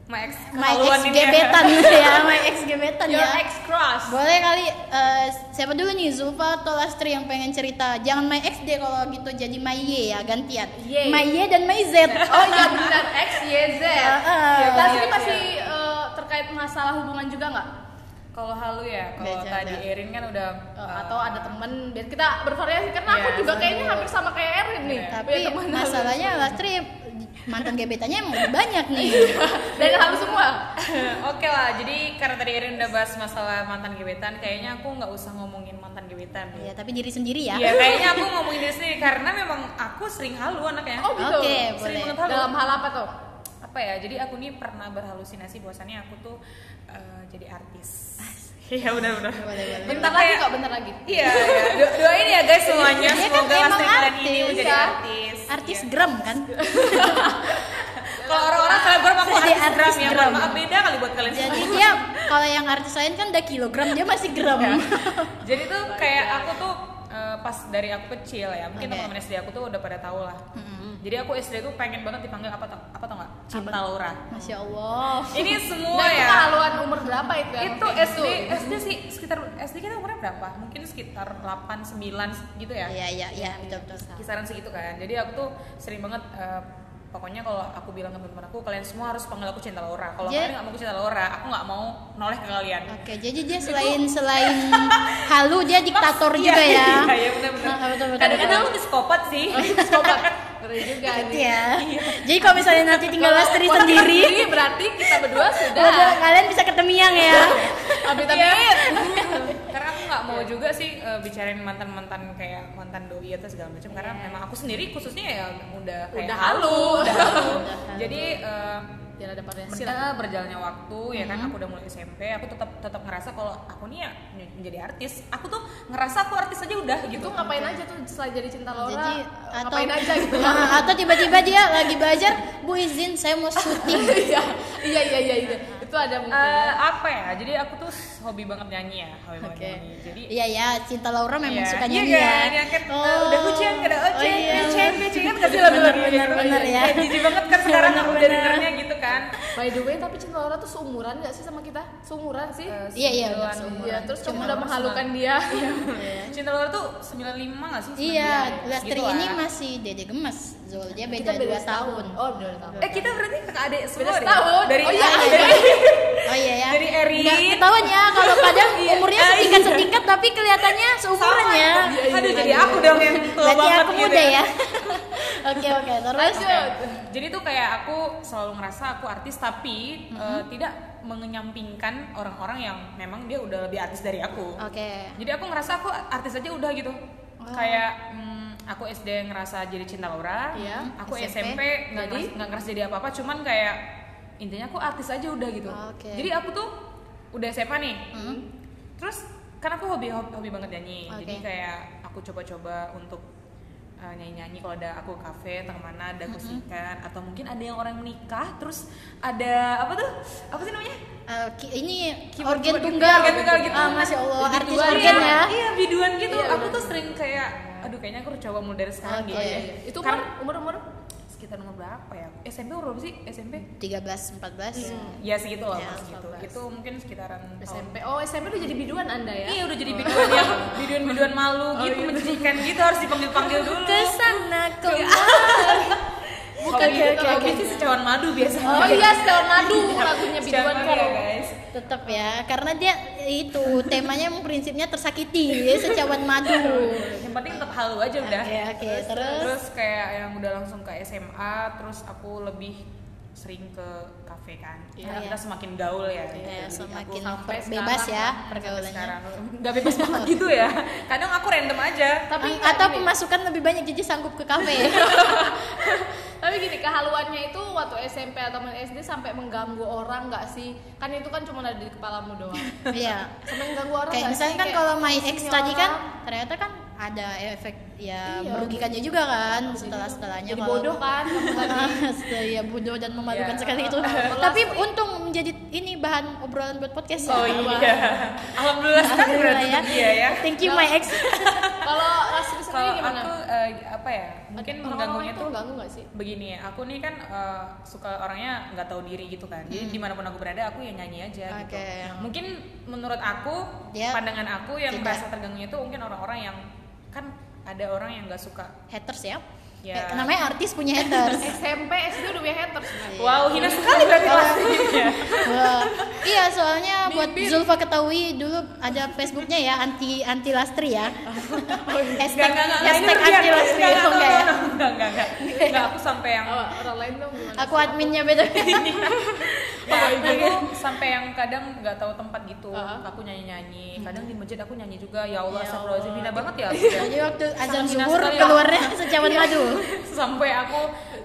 [SPEAKER 3] my ex
[SPEAKER 1] my ex
[SPEAKER 3] kehaluan ini ya.
[SPEAKER 1] gebetan ya, my ex gebetan
[SPEAKER 2] Your
[SPEAKER 1] ya.
[SPEAKER 2] ex crush.
[SPEAKER 1] Boleh kali eh, siapa dulu nih Zulfa atau Lastri yang pengen cerita. Jangan my ex deh kalau gitu jadi my Y ya gantian.
[SPEAKER 2] Ye.
[SPEAKER 1] My Y dan my Z.
[SPEAKER 2] Oh iya benar X Y Z. Ya,
[SPEAKER 1] Heeh.
[SPEAKER 2] Las ini
[SPEAKER 3] Iya,
[SPEAKER 2] masih eh, terkait masalah hubungan juga nggak?
[SPEAKER 3] Kalau halu ya, kalau
[SPEAKER 1] Bercanda.
[SPEAKER 3] tadi Erin kan udah
[SPEAKER 1] Oh,
[SPEAKER 2] Eh,
[SPEAKER 3] eh,
[SPEAKER 2] atau ada temen biar kita bervariasi karena aku
[SPEAKER 3] Iya,
[SPEAKER 2] juga
[SPEAKER 3] sama
[SPEAKER 2] kayaknya
[SPEAKER 3] dulu.
[SPEAKER 2] hampir sama kayak Erin nih.
[SPEAKER 3] Iya.
[SPEAKER 1] Tapi
[SPEAKER 2] Punya temen
[SPEAKER 1] masalahnya Lastri mantan gebetannya emang udah banyak nih.
[SPEAKER 3] Iya.
[SPEAKER 2] halus. dan harus semua.
[SPEAKER 3] Oke lah, jadi karena tadi Erin udah bahas masalah mantan gebetan, kayaknya aku nggak usah ngomongin mantan gebetan.
[SPEAKER 1] ya tapi diri sendiri ya.
[SPEAKER 3] Iya, kayaknya aku ngomongin diri sendiri karena memang aku sering halu anaknya.
[SPEAKER 2] Oh gitu.
[SPEAKER 1] Oke,
[SPEAKER 3] Sering
[SPEAKER 1] boleh.
[SPEAKER 3] banget halu.
[SPEAKER 2] Dalam hal apa tuh?
[SPEAKER 3] Apa ya? Jadi aku nih pernah berhalusinasi bahwasannya aku tuh eh, jadi artis. Iya, benar-benar.
[SPEAKER 1] Boleh, boleh.
[SPEAKER 2] Bentar
[SPEAKER 3] Kayak-
[SPEAKER 2] lagi kok, bentar lagi.
[SPEAKER 3] Iya, iya. Do- doain ya guys semuanya
[SPEAKER 1] Dia kan
[SPEAKER 3] semoga
[SPEAKER 1] emang
[SPEAKER 3] Last Tempelan ini
[SPEAKER 1] artis,
[SPEAKER 3] menjadi
[SPEAKER 1] ya.
[SPEAKER 3] artis.
[SPEAKER 1] Artis
[SPEAKER 3] Iya.
[SPEAKER 1] gram kan?
[SPEAKER 3] Kalau orang-orang selebgram aku
[SPEAKER 1] Jadi
[SPEAKER 3] artis,
[SPEAKER 1] artis
[SPEAKER 3] gram ya,
[SPEAKER 1] gram.
[SPEAKER 3] mohon maaf beda kali buat kalian semua.
[SPEAKER 1] Jadi dia kalau yang artis lain kan udah kilogram dia masih gram.
[SPEAKER 3] Iya. Jadi tuh kayak aku tuh eh, pas dari aku kecil ya, mungkin
[SPEAKER 1] Oke.
[SPEAKER 3] teman-teman SD aku tuh udah pada tahu lah. Jadi aku SD tuh pengen banget dipanggil apa tau, apa tau nggak? Cinta Laura.
[SPEAKER 1] Masya Allah.
[SPEAKER 3] Ini semua
[SPEAKER 2] Dan itu
[SPEAKER 3] ya.
[SPEAKER 2] kehaluan umur berapa itu? ya?
[SPEAKER 3] Itu
[SPEAKER 2] Kayak
[SPEAKER 3] SD,
[SPEAKER 2] gitu.
[SPEAKER 3] SD sih sekitar SD kita umurnya berapa? Mungkin sekitar 8 9 gitu ya.
[SPEAKER 1] Iya iya iya betul betul.
[SPEAKER 3] Kisaran segitu kan. Jadi aku tuh sering banget eh, pokoknya kalau aku bilang ke teman aku kalian semua harus panggil aku Cinta Laura. Kalau
[SPEAKER 1] Jadi-
[SPEAKER 3] kalian nggak mau Cinta Laura, aku nggak mau noleh ke kalian.
[SPEAKER 1] Oke, jadi dia selain selain halu dia diktator juga ya.
[SPEAKER 3] Iya, iya benar-benar.
[SPEAKER 1] Nah, betul, Oh, betul,
[SPEAKER 3] Kadang-kadang
[SPEAKER 1] betul.
[SPEAKER 3] aku psikopat sih.
[SPEAKER 2] Sobat. Ngeri juga
[SPEAKER 1] Berarti
[SPEAKER 2] nih.
[SPEAKER 1] ya.
[SPEAKER 3] Iya.
[SPEAKER 1] Jadi kalau misalnya nanti tinggal
[SPEAKER 2] Kalau
[SPEAKER 1] Lastri
[SPEAKER 2] kalau kita
[SPEAKER 1] sendiri,
[SPEAKER 2] berarti kita berdua sudah
[SPEAKER 1] udah, kalian bisa ketemu yang ya.
[SPEAKER 2] habis
[SPEAKER 3] Iya.
[SPEAKER 2] habis.
[SPEAKER 3] karena aku nggak mau juga sih eh, bicarain mantan mantan kayak mantan doi atau segala macam
[SPEAKER 1] Iya.
[SPEAKER 3] karena memang aku sendiri khususnya ya udah kayak
[SPEAKER 2] Udah halu.
[SPEAKER 3] udah halu. jadi eh,
[SPEAKER 2] Biar Iya, ada variasi
[SPEAKER 3] ber- eh, berjalannya waktu ya
[SPEAKER 1] Hmm.
[SPEAKER 3] kan aku udah mulai SMP aku tetap tetap ngerasa kalau aku nih ya men- menjadi artis aku tuh ngerasa aku artis aja udah gitu
[SPEAKER 2] Itu ngapain aja tuh setelah jadi cinta Laura?
[SPEAKER 1] Jadi atau
[SPEAKER 2] ngapain aja gitu?
[SPEAKER 1] Ah, atau tiba-tiba dia lagi belajar, Bu izin saya mau syuting.
[SPEAKER 2] Iya, iya, iya, iya, iya. Itu ada mungkin.
[SPEAKER 3] Eh, apa ya jadi aku tuh hobi banget nyanyi ya hobi banget
[SPEAKER 2] Oke.
[SPEAKER 3] nyanyi jadi
[SPEAKER 1] Iya ya, cinta Laura memang
[SPEAKER 3] Iya.
[SPEAKER 1] suka
[SPEAKER 3] Iya
[SPEAKER 1] nyanyi ya.
[SPEAKER 3] kan,
[SPEAKER 1] Oh, iya.
[SPEAKER 3] yang kan, eh, udah hujan, nggak ada ojek, becek, becek, kan kasih lagu
[SPEAKER 1] benar
[SPEAKER 3] lagu
[SPEAKER 1] benar
[SPEAKER 3] gitu.
[SPEAKER 1] benar ya.
[SPEAKER 3] Kayak jijik banget kan sekarang aku udah dengernya gitu kan
[SPEAKER 2] By the way, tapi cinta Laura tuh seumuran gak sih sama kita? Seumuran sih.
[SPEAKER 1] Iya iya udah
[SPEAKER 3] Iya,
[SPEAKER 1] seumuran.
[SPEAKER 2] Iya, terus kamu
[SPEAKER 3] Cinta
[SPEAKER 2] udah
[SPEAKER 3] Laura
[SPEAKER 2] menghalukan dia.
[SPEAKER 3] Cinta Laura tuh 95 gak sih?
[SPEAKER 1] Iya,
[SPEAKER 3] 99,
[SPEAKER 1] Lastri
[SPEAKER 3] gitu lah.
[SPEAKER 1] ini masih dede gemes. Zul dia beda, dua tahun.
[SPEAKER 2] Oh, beda dua tahun.
[SPEAKER 3] Eh kita berarti kakak adik semua
[SPEAKER 2] Beda
[SPEAKER 3] deh.
[SPEAKER 2] setahun.
[SPEAKER 3] Dari
[SPEAKER 2] Oh iya.
[SPEAKER 3] dari-
[SPEAKER 1] Oh iya ya.
[SPEAKER 3] Dari Erin. Iya.
[SPEAKER 1] Nggak ketahuan ya kalau kadang umurnya setingkat setingkat tapi kelihatannya seumuran ya.
[SPEAKER 3] Aduh jadi aku dong yang Iya, tua
[SPEAKER 1] Berarti
[SPEAKER 3] banget
[SPEAKER 1] aku
[SPEAKER 3] gitu
[SPEAKER 1] muda ya. Oke oke terus.
[SPEAKER 3] Oke. Jadi tuh kayak aku selalu ngerasa aku artis tapi eh, tidak mengenyampingkan orang-orang yang memang dia udah lebih artis dari aku.
[SPEAKER 1] Oke.
[SPEAKER 3] Jadi aku ngerasa aku artis aja udah gitu. Kayak mm, aku SD ngerasa jadi cinta Laura,
[SPEAKER 2] Iya.
[SPEAKER 3] aku
[SPEAKER 1] SMP,
[SPEAKER 3] SMP nggak
[SPEAKER 2] jadi?
[SPEAKER 3] ngeras- nggak ngerasa jadi apa-apa, cuman kayak intinya aku artis aja udah gitu.
[SPEAKER 1] Oke.
[SPEAKER 3] Jadi aku tuh udah SMA nih,
[SPEAKER 1] Hmm.
[SPEAKER 3] terus karena aku hobi hobi, hobi banget nyanyi
[SPEAKER 1] Oke.
[SPEAKER 3] jadi kayak aku coba-coba untuk nyanyi nyanyi kalau ada aku ke kafe atau kemana ada aku singkat atau mungkin ada yang orang menikah terus ada apa tuh apa sih namanya
[SPEAKER 1] Eh, ki- ini
[SPEAKER 3] Keyboard-
[SPEAKER 1] organ
[SPEAKER 3] keyboard-
[SPEAKER 1] tunggal.
[SPEAKER 3] organ tunggal gitu.
[SPEAKER 1] Ah, masya Allah
[SPEAKER 2] Biduan
[SPEAKER 1] artis
[SPEAKER 2] ya.
[SPEAKER 1] organ ya.
[SPEAKER 3] iya biduan gitu
[SPEAKER 2] Iya,
[SPEAKER 3] aku
[SPEAKER 2] bener.
[SPEAKER 3] tuh sering kayak aduh kayaknya aku harus coba mulai dari sekarang
[SPEAKER 1] Oke.
[SPEAKER 3] gitu ya
[SPEAKER 2] Eh, Itu umur
[SPEAKER 3] Karena-
[SPEAKER 2] umur umur
[SPEAKER 3] sekitar umur berapa ya SMP umur berapa sih SMP
[SPEAKER 1] 13 14.
[SPEAKER 3] ya segitu lah
[SPEAKER 1] Ya,
[SPEAKER 3] mas gitu
[SPEAKER 2] 14.
[SPEAKER 3] itu mungkin sekitaran tahun
[SPEAKER 2] SMP. Oh, SMP udah jadi biduan Anda ya?
[SPEAKER 3] Iya udah jadi biduan yang biduan-biduan malu gitu menjijikan gitu harus dipanggil-panggil dulu.
[SPEAKER 1] Kesana kemari.
[SPEAKER 3] Bukan
[SPEAKER 2] Oke,
[SPEAKER 3] gitu,
[SPEAKER 2] oke,
[SPEAKER 3] hobi
[SPEAKER 2] oke.
[SPEAKER 3] sih secawan madu biasanya.
[SPEAKER 2] Oh iya, Setelan Madu lagunya
[SPEAKER 3] Secawan
[SPEAKER 2] biduan
[SPEAKER 3] madu
[SPEAKER 2] kok.
[SPEAKER 3] ya guys.
[SPEAKER 1] Tetap ya, karena dia itu temanya emang prinsipnya tersakiti, ya, secawan madu.
[SPEAKER 3] Yang penting tetap halu aja udah.
[SPEAKER 1] Oke, oke, terus?
[SPEAKER 3] terus kayak yang udah langsung ke SMA, terus aku lebih sering ke kafe kan. Karena
[SPEAKER 1] Iya.
[SPEAKER 3] kita semakin gaul ya. gitu.
[SPEAKER 1] Ya,
[SPEAKER 3] Jadi
[SPEAKER 1] semakin
[SPEAKER 3] aku sampai
[SPEAKER 1] bebas
[SPEAKER 3] sekarang,
[SPEAKER 1] ya
[SPEAKER 3] sampai
[SPEAKER 1] pergaulannya.
[SPEAKER 3] Sekarang nggak bebas banget gitu ya. Kadang aku random aja.
[SPEAKER 2] Tapi
[SPEAKER 1] Tapi atau
[SPEAKER 2] gini,
[SPEAKER 1] pemasukan lebih banyak jadi sanggup ke kafe.
[SPEAKER 2] tapi gini kehaluannya itu waktu SMP atau SD sampai mengganggu orang nggak sih? Kan itu kan cuma ada di kepalamu doang.
[SPEAKER 1] Iya.
[SPEAKER 2] Sampai mengganggu orang
[SPEAKER 1] Kayak
[SPEAKER 2] nggak
[SPEAKER 1] misalnya
[SPEAKER 2] sih?
[SPEAKER 1] kan
[SPEAKER 2] Kayak
[SPEAKER 1] kalau my
[SPEAKER 2] pusingnya
[SPEAKER 1] ex tadi kan
[SPEAKER 2] orang.
[SPEAKER 1] ternyata kan ada efek ya
[SPEAKER 2] Iya.
[SPEAKER 1] merugikannya juga kan setelah setelahnya
[SPEAKER 2] jadi
[SPEAKER 1] kalau-
[SPEAKER 2] bodoh kan kamu tadi.
[SPEAKER 1] ya bodoh dan memalukan
[SPEAKER 3] Ya.
[SPEAKER 1] sekali itu.
[SPEAKER 2] Melas
[SPEAKER 1] Tapi untung menjadi ini bahan obrolan buat podcast.
[SPEAKER 3] Oh iya. Alhamdulillah sekali
[SPEAKER 1] Alhamdulillah
[SPEAKER 3] berarti
[SPEAKER 1] ya.
[SPEAKER 3] untuk dia ya.
[SPEAKER 1] Thank you my ex.
[SPEAKER 2] kalau Lasri sendiri
[SPEAKER 3] Kalau
[SPEAKER 2] gimana?
[SPEAKER 3] aku eh, apa ya? Mungkin
[SPEAKER 2] Orang-orang
[SPEAKER 3] mengganggunya
[SPEAKER 2] itu
[SPEAKER 3] tuh
[SPEAKER 2] ganggu nggak sih?
[SPEAKER 3] begini aku nih kan eh, suka orangnya nggak tahu diri gitu kan jadi dimanapun aku berada aku ya nyanyi aja gitu
[SPEAKER 1] Hmm. Oke.
[SPEAKER 3] mungkin menurut aku
[SPEAKER 1] Dia
[SPEAKER 3] pandangan aku yang
[SPEAKER 1] tidak-
[SPEAKER 3] merasa terganggunya itu mungkin orang-orang yang kan ada orang yang nggak suka
[SPEAKER 1] haters ya.
[SPEAKER 3] Ya.
[SPEAKER 1] Eh, namanya artis punya haters.
[SPEAKER 2] SMP SD udah punya haters kan?
[SPEAKER 1] Iya.
[SPEAKER 3] wow hina sekali berarti
[SPEAKER 1] Oh.
[SPEAKER 3] Iya. lagunya
[SPEAKER 1] Wah. Iya soalnya buat Zulfa ketahui dulu ada Facebooknya ya anti anti lastri ya.
[SPEAKER 3] nggak
[SPEAKER 1] hashtag
[SPEAKER 3] nggak nggak
[SPEAKER 1] hashtag anti lastri
[SPEAKER 3] nggak
[SPEAKER 1] oh, ya, enggak ya.
[SPEAKER 3] nggak nggak nggak nggak aku sampai yang
[SPEAKER 2] Oh, orang lain dong gimana?
[SPEAKER 1] Aku adminnya beda. Iya,
[SPEAKER 3] aku sampai yang kadang nggak tahu tempat gitu
[SPEAKER 1] Uh-huh.
[SPEAKER 2] Ah.
[SPEAKER 3] aku nyanyi nyanyi
[SPEAKER 1] Hmm.
[SPEAKER 3] kadang di masjid aku nyanyi juga ya Allah astagfirullahaladzim hina banget ya aku ya.
[SPEAKER 1] Jadi waktu azan
[SPEAKER 3] Sangat hina
[SPEAKER 1] zuhur
[SPEAKER 3] sekali.
[SPEAKER 1] keluarnya secawan madu.
[SPEAKER 3] sampai aku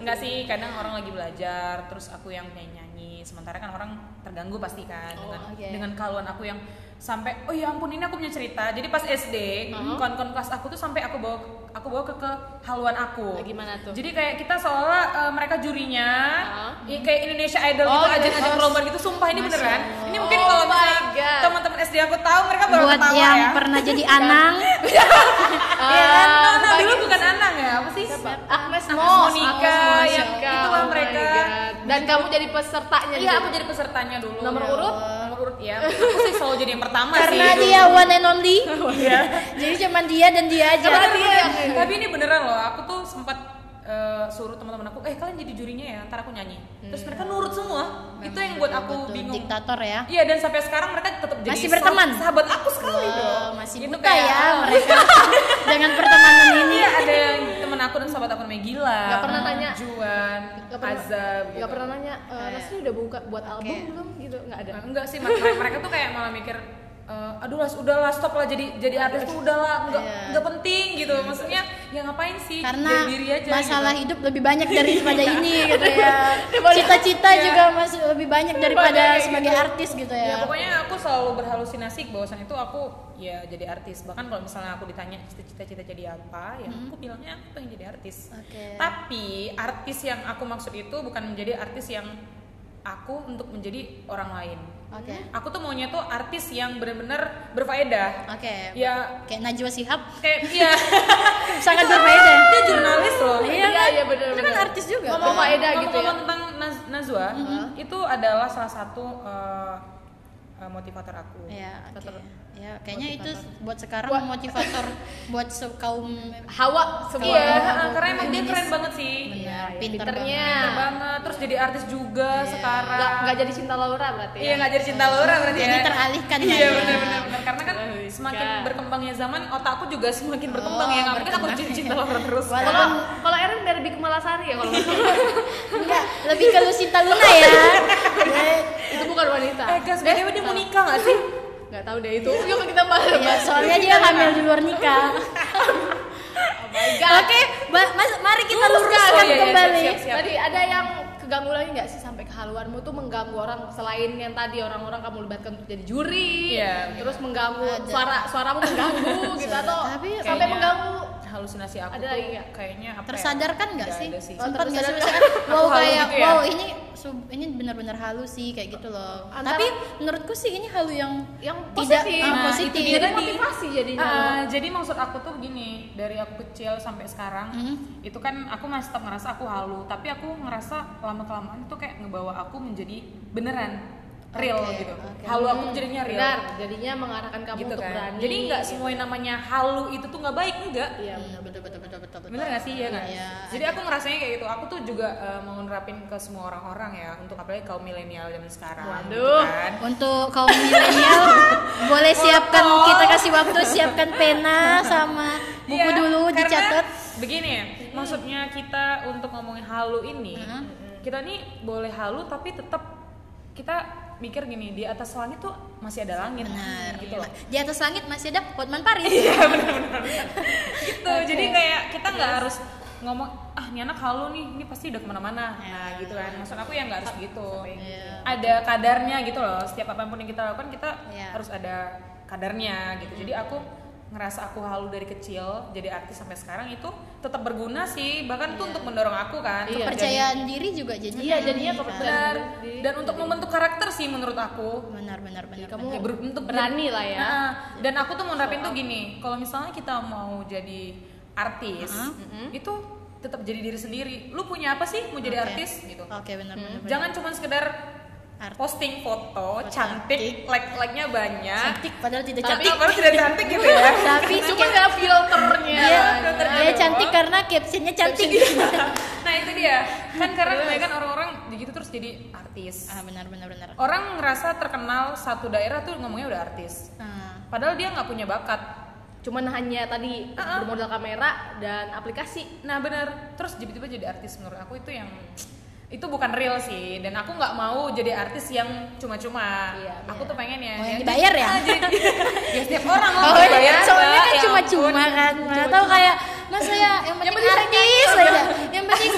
[SPEAKER 3] nggak sih kadang orang lagi belajar terus aku yang nyanyi nyanyi sementara kan orang terganggu pasti kan
[SPEAKER 2] Oh,
[SPEAKER 3] dengan
[SPEAKER 1] oke.
[SPEAKER 3] dengan keluhan aku yang sampai oh ya ampun ini aku punya cerita jadi pas SD
[SPEAKER 2] Uh-huh.
[SPEAKER 3] kon-kon kelas aku tuh sampai aku bawa aku bawa ke kehaluan aku
[SPEAKER 2] Nah, gimana tuh?
[SPEAKER 3] jadi kayak kita seolah eh, mereka jurinya
[SPEAKER 2] Ah.
[SPEAKER 3] ya kayak Indonesia Idol
[SPEAKER 2] Oh,
[SPEAKER 3] gitu
[SPEAKER 2] iya,
[SPEAKER 3] ajak ajak
[SPEAKER 2] iya.
[SPEAKER 3] lomba gitu sumpah ini beneran ini mungkin
[SPEAKER 2] Oh
[SPEAKER 3] kalau
[SPEAKER 2] my
[SPEAKER 3] misalnya
[SPEAKER 2] God.
[SPEAKER 3] teman-teman SD aku tahu mereka baru
[SPEAKER 1] Buat
[SPEAKER 3] ketawa
[SPEAKER 1] yang
[SPEAKER 3] ya
[SPEAKER 1] pernah jadi anang.
[SPEAKER 3] Iya kan?
[SPEAKER 2] Ah,
[SPEAKER 3] Nah, nah, dulu
[SPEAKER 2] bagi-
[SPEAKER 3] bukan Anang ya apa sih
[SPEAKER 2] Agnes ya kan?
[SPEAKER 3] Agnes
[SPEAKER 2] Mo,
[SPEAKER 3] Monica, yang itulah mereka.
[SPEAKER 2] Oh Dan kamu jadi pesertanya gitu?
[SPEAKER 3] Iya,
[SPEAKER 2] juga.
[SPEAKER 3] aku jadi pesertanya dulu.
[SPEAKER 2] Nomor urut?
[SPEAKER 3] Nomor urut ya. Aku sih selalu jadi yang pertama
[SPEAKER 1] Karena
[SPEAKER 3] sih. Iya,
[SPEAKER 1] dia one and only. Jadi cuman dia dan Oh, iya. dia aja.
[SPEAKER 3] Tapi, tapi ini beneran loh. Aku tuh sempat eh, suruh teman-teman aku, "Eh, kalian jadi jurinya ya, ntar aku nyanyi." Terus mereka nurut semua. Itu yang buat aku
[SPEAKER 1] Betul,
[SPEAKER 3] bingung.
[SPEAKER 1] Diktator ya.
[SPEAKER 3] Iya, dan sampai sekarang mereka tetap jadi
[SPEAKER 1] Masih
[SPEAKER 3] sah-
[SPEAKER 1] berteman?
[SPEAKER 3] Sahabat aku sekali dong.
[SPEAKER 1] Wah, masih
[SPEAKER 3] Itu
[SPEAKER 1] buta
[SPEAKER 3] kayak,
[SPEAKER 1] ya
[SPEAKER 3] ah,
[SPEAKER 1] mereka. Dengan pertemanan ini.
[SPEAKER 3] Iya, ada yang temen aku dan sahabat aku namanya Gila.
[SPEAKER 2] Nggak pernah tanya.
[SPEAKER 3] Juan,
[SPEAKER 2] Gak pernah,
[SPEAKER 3] Azab. gitu.
[SPEAKER 2] nggak pernah nanya, e, Lasri udah buka buat album
[SPEAKER 1] Oke.
[SPEAKER 2] belum gitu? Nggak ada.
[SPEAKER 3] Eh, enggak sih mereka, mereka tuh kayak malah mikir eh, aduh lah udahlah stop lah jadi jadi artis tuh udahlah nggak
[SPEAKER 1] Iya.
[SPEAKER 3] nggak penting gitu maksudnya ya ngapain sih
[SPEAKER 1] Karena
[SPEAKER 3] Jadi diri aja
[SPEAKER 1] masalah
[SPEAKER 3] gitu. Iya.
[SPEAKER 1] hidup lebih banyak daripada ini gitu ya. Cita-cita juga masih lebih banyak daripada
[SPEAKER 3] Daripada
[SPEAKER 1] sebagai artis gitu
[SPEAKER 3] ya
[SPEAKER 1] ya.
[SPEAKER 3] pokoknya aku selalu berhalusinasi bahwasan itu aku ya jadi artis bahkan kalau misalnya aku ditanya cita-cita jadi apa
[SPEAKER 1] Hmm.
[SPEAKER 3] ya aku bilangnya aku pengen jadi artis
[SPEAKER 1] Oke.
[SPEAKER 3] tapi artis yang aku maksud itu bukan menjadi artis yang aku untuk menjadi orang lain
[SPEAKER 1] Oke.
[SPEAKER 3] aku tuh maunya tuh artis yang benar-benar berfaedah
[SPEAKER 1] Oke.
[SPEAKER 3] ya
[SPEAKER 1] Kayak Najwa Shihab
[SPEAKER 3] kayak iya
[SPEAKER 1] sangat berbeda.
[SPEAKER 3] dia jurnalis loh
[SPEAKER 2] Iya, iya, iya, bener,
[SPEAKER 1] Itu kan
[SPEAKER 2] bener.
[SPEAKER 1] artis juga.
[SPEAKER 2] Ngomong faedah gitu ya. Mm-hmm.
[SPEAKER 3] Ngomong-ngomong tentang Naz- Nazwa itu adalah salah satu eh, eh, motivator aku
[SPEAKER 2] Iya.
[SPEAKER 1] Ya, oke.
[SPEAKER 2] Motivator.
[SPEAKER 1] Ya, kayaknya itu
[SPEAKER 2] Motivator.
[SPEAKER 1] buat sekarang
[SPEAKER 2] Buat-
[SPEAKER 1] motivator buat se- kaum
[SPEAKER 2] Hawa semua.
[SPEAKER 3] iya
[SPEAKER 1] Kalau-
[SPEAKER 3] karena emang dia
[SPEAKER 1] Feminis.
[SPEAKER 3] keren banget sih
[SPEAKER 1] benar
[SPEAKER 2] ya,
[SPEAKER 1] Iya, pinter
[SPEAKER 2] pinternya.
[SPEAKER 1] banget.
[SPEAKER 3] Keren banget terus jadi artis juga
[SPEAKER 1] Iya.
[SPEAKER 3] sekarang
[SPEAKER 2] Nggak, nggak jadi cinta Laura berarti ya?
[SPEAKER 3] iya nggak jadi cinta Laura berarti
[SPEAKER 1] Jadi
[SPEAKER 3] ya
[SPEAKER 1] teralihkan
[SPEAKER 3] iya
[SPEAKER 1] hanya.
[SPEAKER 3] benar-benar benar. karena kan
[SPEAKER 2] Oh,
[SPEAKER 3] semakin
[SPEAKER 2] iya.
[SPEAKER 3] berkembangnya zaman otakku juga semakin berkembang
[SPEAKER 1] Oh,
[SPEAKER 3] ya nggak mungkin aku
[SPEAKER 1] berkembang.
[SPEAKER 3] jadi cinta Laura terus kan.
[SPEAKER 2] Kalau kalau Erin dari Big Malasari ya kalau nggak salah.
[SPEAKER 1] Enggak, lebih ke Lucinta Luna ya.
[SPEAKER 2] itu bukan wanita.
[SPEAKER 3] eh guys btw dia mau nikah nggak sih
[SPEAKER 2] Nggak tahu deh itu. Yuk kita bahas.
[SPEAKER 1] ya, soalnya dia hamil di luar nikah. Oke, ba- mas, mari kita luruskan
[SPEAKER 3] oh, iya, iya,
[SPEAKER 1] kembali.
[SPEAKER 3] siap, siap, siap.
[SPEAKER 2] Tadi ada yang keganggu lagi nggak sih sampai kehaluanmu tuh mengganggu orang selain yang tadi orang-orang kamu libatkan untuk jadi juri,
[SPEAKER 3] Iya.
[SPEAKER 2] terus mengganggu
[SPEAKER 1] Ada.
[SPEAKER 2] suara suaramu mengganggu gitu
[SPEAKER 1] Suara.
[SPEAKER 2] atau
[SPEAKER 1] Tapi
[SPEAKER 2] sampai
[SPEAKER 3] kayaknya-
[SPEAKER 2] mengganggu
[SPEAKER 3] halusinasi aku
[SPEAKER 2] Ada
[SPEAKER 3] tuh
[SPEAKER 2] lagi nggak?
[SPEAKER 3] kayaknya apa ya?
[SPEAKER 1] Tersadarkan nggak
[SPEAKER 3] Nggak
[SPEAKER 1] sih?
[SPEAKER 3] ada sih.
[SPEAKER 1] Sempat nggak sih?
[SPEAKER 2] Tersadarkan.
[SPEAKER 1] Misalkan, wow
[SPEAKER 3] Aku halu
[SPEAKER 1] kayak,
[SPEAKER 3] gitu ya?
[SPEAKER 1] wow ini sub- ini benar-benar halu sih kayak gitu loh.
[SPEAKER 2] Antara-
[SPEAKER 1] Tapi menurutku sih ini halu yang
[SPEAKER 2] yang
[SPEAKER 1] Tidak,
[SPEAKER 2] positif,
[SPEAKER 1] ah,
[SPEAKER 2] Nah,
[SPEAKER 1] positif.
[SPEAKER 2] itu dia. jadi
[SPEAKER 3] Jadi-
[SPEAKER 2] motivasi jadinya.
[SPEAKER 3] Ah, jadi maksud aku tuh gini, dari aku kecil sampai sekarang,
[SPEAKER 1] Mhm.
[SPEAKER 3] itu kan aku masih tetap ngerasa aku halu, tapi aku ngerasa lama kelamaan itu kayak ngebawa aku menjadi beneran real
[SPEAKER 1] Oke,
[SPEAKER 3] gitu.
[SPEAKER 1] oke.
[SPEAKER 3] Halu aku jadinya real.
[SPEAKER 2] Benar, jadinya mengarahkan kamu
[SPEAKER 3] gitu
[SPEAKER 2] untuk
[SPEAKER 3] kan.
[SPEAKER 2] berani.
[SPEAKER 3] Jadi nggak semua yang namanya halu itu tuh nggak baik enggak.
[SPEAKER 2] Iya,
[SPEAKER 1] Hmm,
[SPEAKER 2] benar.
[SPEAKER 1] betul betul betul betul. betul.
[SPEAKER 3] Bener gak sih ya kan?
[SPEAKER 1] Iya.
[SPEAKER 3] Jadi aku ngerasanya kayak gitu. Aku tuh juga eh, mau nerapin ke semua orang-orang ya, untuk apalagi kaum milenial zaman sekarang. gitu
[SPEAKER 2] Waduh.
[SPEAKER 3] kan.
[SPEAKER 1] Untuk kaum milenial boleh siapkan
[SPEAKER 3] Foto.
[SPEAKER 1] kita kasih waktu siapkan pena sama buku
[SPEAKER 3] Iya,
[SPEAKER 1] dulu
[SPEAKER 3] karena
[SPEAKER 1] dicatat.
[SPEAKER 3] Begini ya, maksudnya kita untuk ngomongin halu ini,
[SPEAKER 1] Mhm.
[SPEAKER 3] kita nih boleh halu tapi tetap kita mikir gini di atas langit tuh masih ada langit
[SPEAKER 1] Benar.
[SPEAKER 3] gitu loh.
[SPEAKER 1] Di atas langit masih ada Hotman Paris. Nah,
[SPEAKER 3] Gitu. Jadi kayak kita nggak harus ngomong ah ini anak halu nih, ini pasti udah kemana-mana. Nah gitu kan. Maksud aku ya nggak harus gitu.
[SPEAKER 1] Iya.
[SPEAKER 3] Ada kadarnya gitu loh. Setiap apapun yang kita lakukan kita
[SPEAKER 1] Iya.
[SPEAKER 3] harus ada kadarnya gitu. Jadi aku ngerasa aku halu dari kecil jadi artis sampai sekarang itu tetap berguna sih bahkan tuh untuk mendorong aku kan
[SPEAKER 2] Iya,
[SPEAKER 3] untuk jadi-
[SPEAKER 1] Kepercayaan diri juga jadi. ya.
[SPEAKER 2] Iya, jadinya
[SPEAKER 1] kan?
[SPEAKER 2] kepercayaan-
[SPEAKER 3] benar
[SPEAKER 2] Jadi-
[SPEAKER 3] dan untuk membentuk karakter sih menurut aku
[SPEAKER 1] Benar benar benar.
[SPEAKER 2] kamu
[SPEAKER 1] benar.
[SPEAKER 3] Ya, ber- untuk
[SPEAKER 2] berani lah ya.
[SPEAKER 3] Nah, dan aku tuh mau nerapin tuh gini kalau misalnya kita mau jadi artis itu tetap jadi diri sendiri lu punya apa sih mau jadi
[SPEAKER 1] Oke.
[SPEAKER 3] artis gitu
[SPEAKER 1] Oke benar benar. benar.
[SPEAKER 3] jangan cuma sekedar
[SPEAKER 1] Art-
[SPEAKER 3] posting foto
[SPEAKER 1] cantik.
[SPEAKER 3] cantik like like nya banyak
[SPEAKER 1] cantik padahal tidak
[SPEAKER 3] tapi
[SPEAKER 1] cantik.
[SPEAKER 3] baru tidak cantik gitu ya
[SPEAKER 1] Tapi
[SPEAKER 2] Cuma nggak filternya. Iya,
[SPEAKER 1] dia,
[SPEAKER 3] Iya, filter gitu.
[SPEAKER 1] dia
[SPEAKER 3] doang.
[SPEAKER 1] Iya, cantik karena captionnya cantik.
[SPEAKER 3] nah itu dia kan karena kebanyakan orang-orang gitu terus jadi artis
[SPEAKER 1] ah benar benar benar.
[SPEAKER 3] orang ngerasa terkenal satu daerah tuh ngomongnya udah artis
[SPEAKER 1] Ah.
[SPEAKER 3] padahal dia nggak punya bakat
[SPEAKER 2] Cuman hanya tadi
[SPEAKER 3] Uh-uh.
[SPEAKER 2] bermodal kamera dan aplikasi.
[SPEAKER 3] Nah benar, terus tiba-tiba jadi artis menurut aku itu yang itu bukan real sih dan aku nggak mau jadi artis yang cuma-cuma.
[SPEAKER 2] Iya,
[SPEAKER 3] aku tuh pengen ya.
[SPEAKER 1] Mau yang
[SPEAKER 3] ya-
[SPEAKER 1] dibayar ya?
[SPEAKER 3] Ah, jadi, ya setiap orang lah
[SPEAKER 1] Oh,
[SPEAKER 3] dibayar,
[SPEAKER 1] soalnya
[SPEAKER 3] Mbak,
[SPEAKER 1] kan
[SPEAKER 3] ya
[SPEAKER 1] cuma-cuma
[SPEAKER 3] ampun.
[SPEAKER 1] kan, atau kayak mas saya yang penting artis aja, yang penting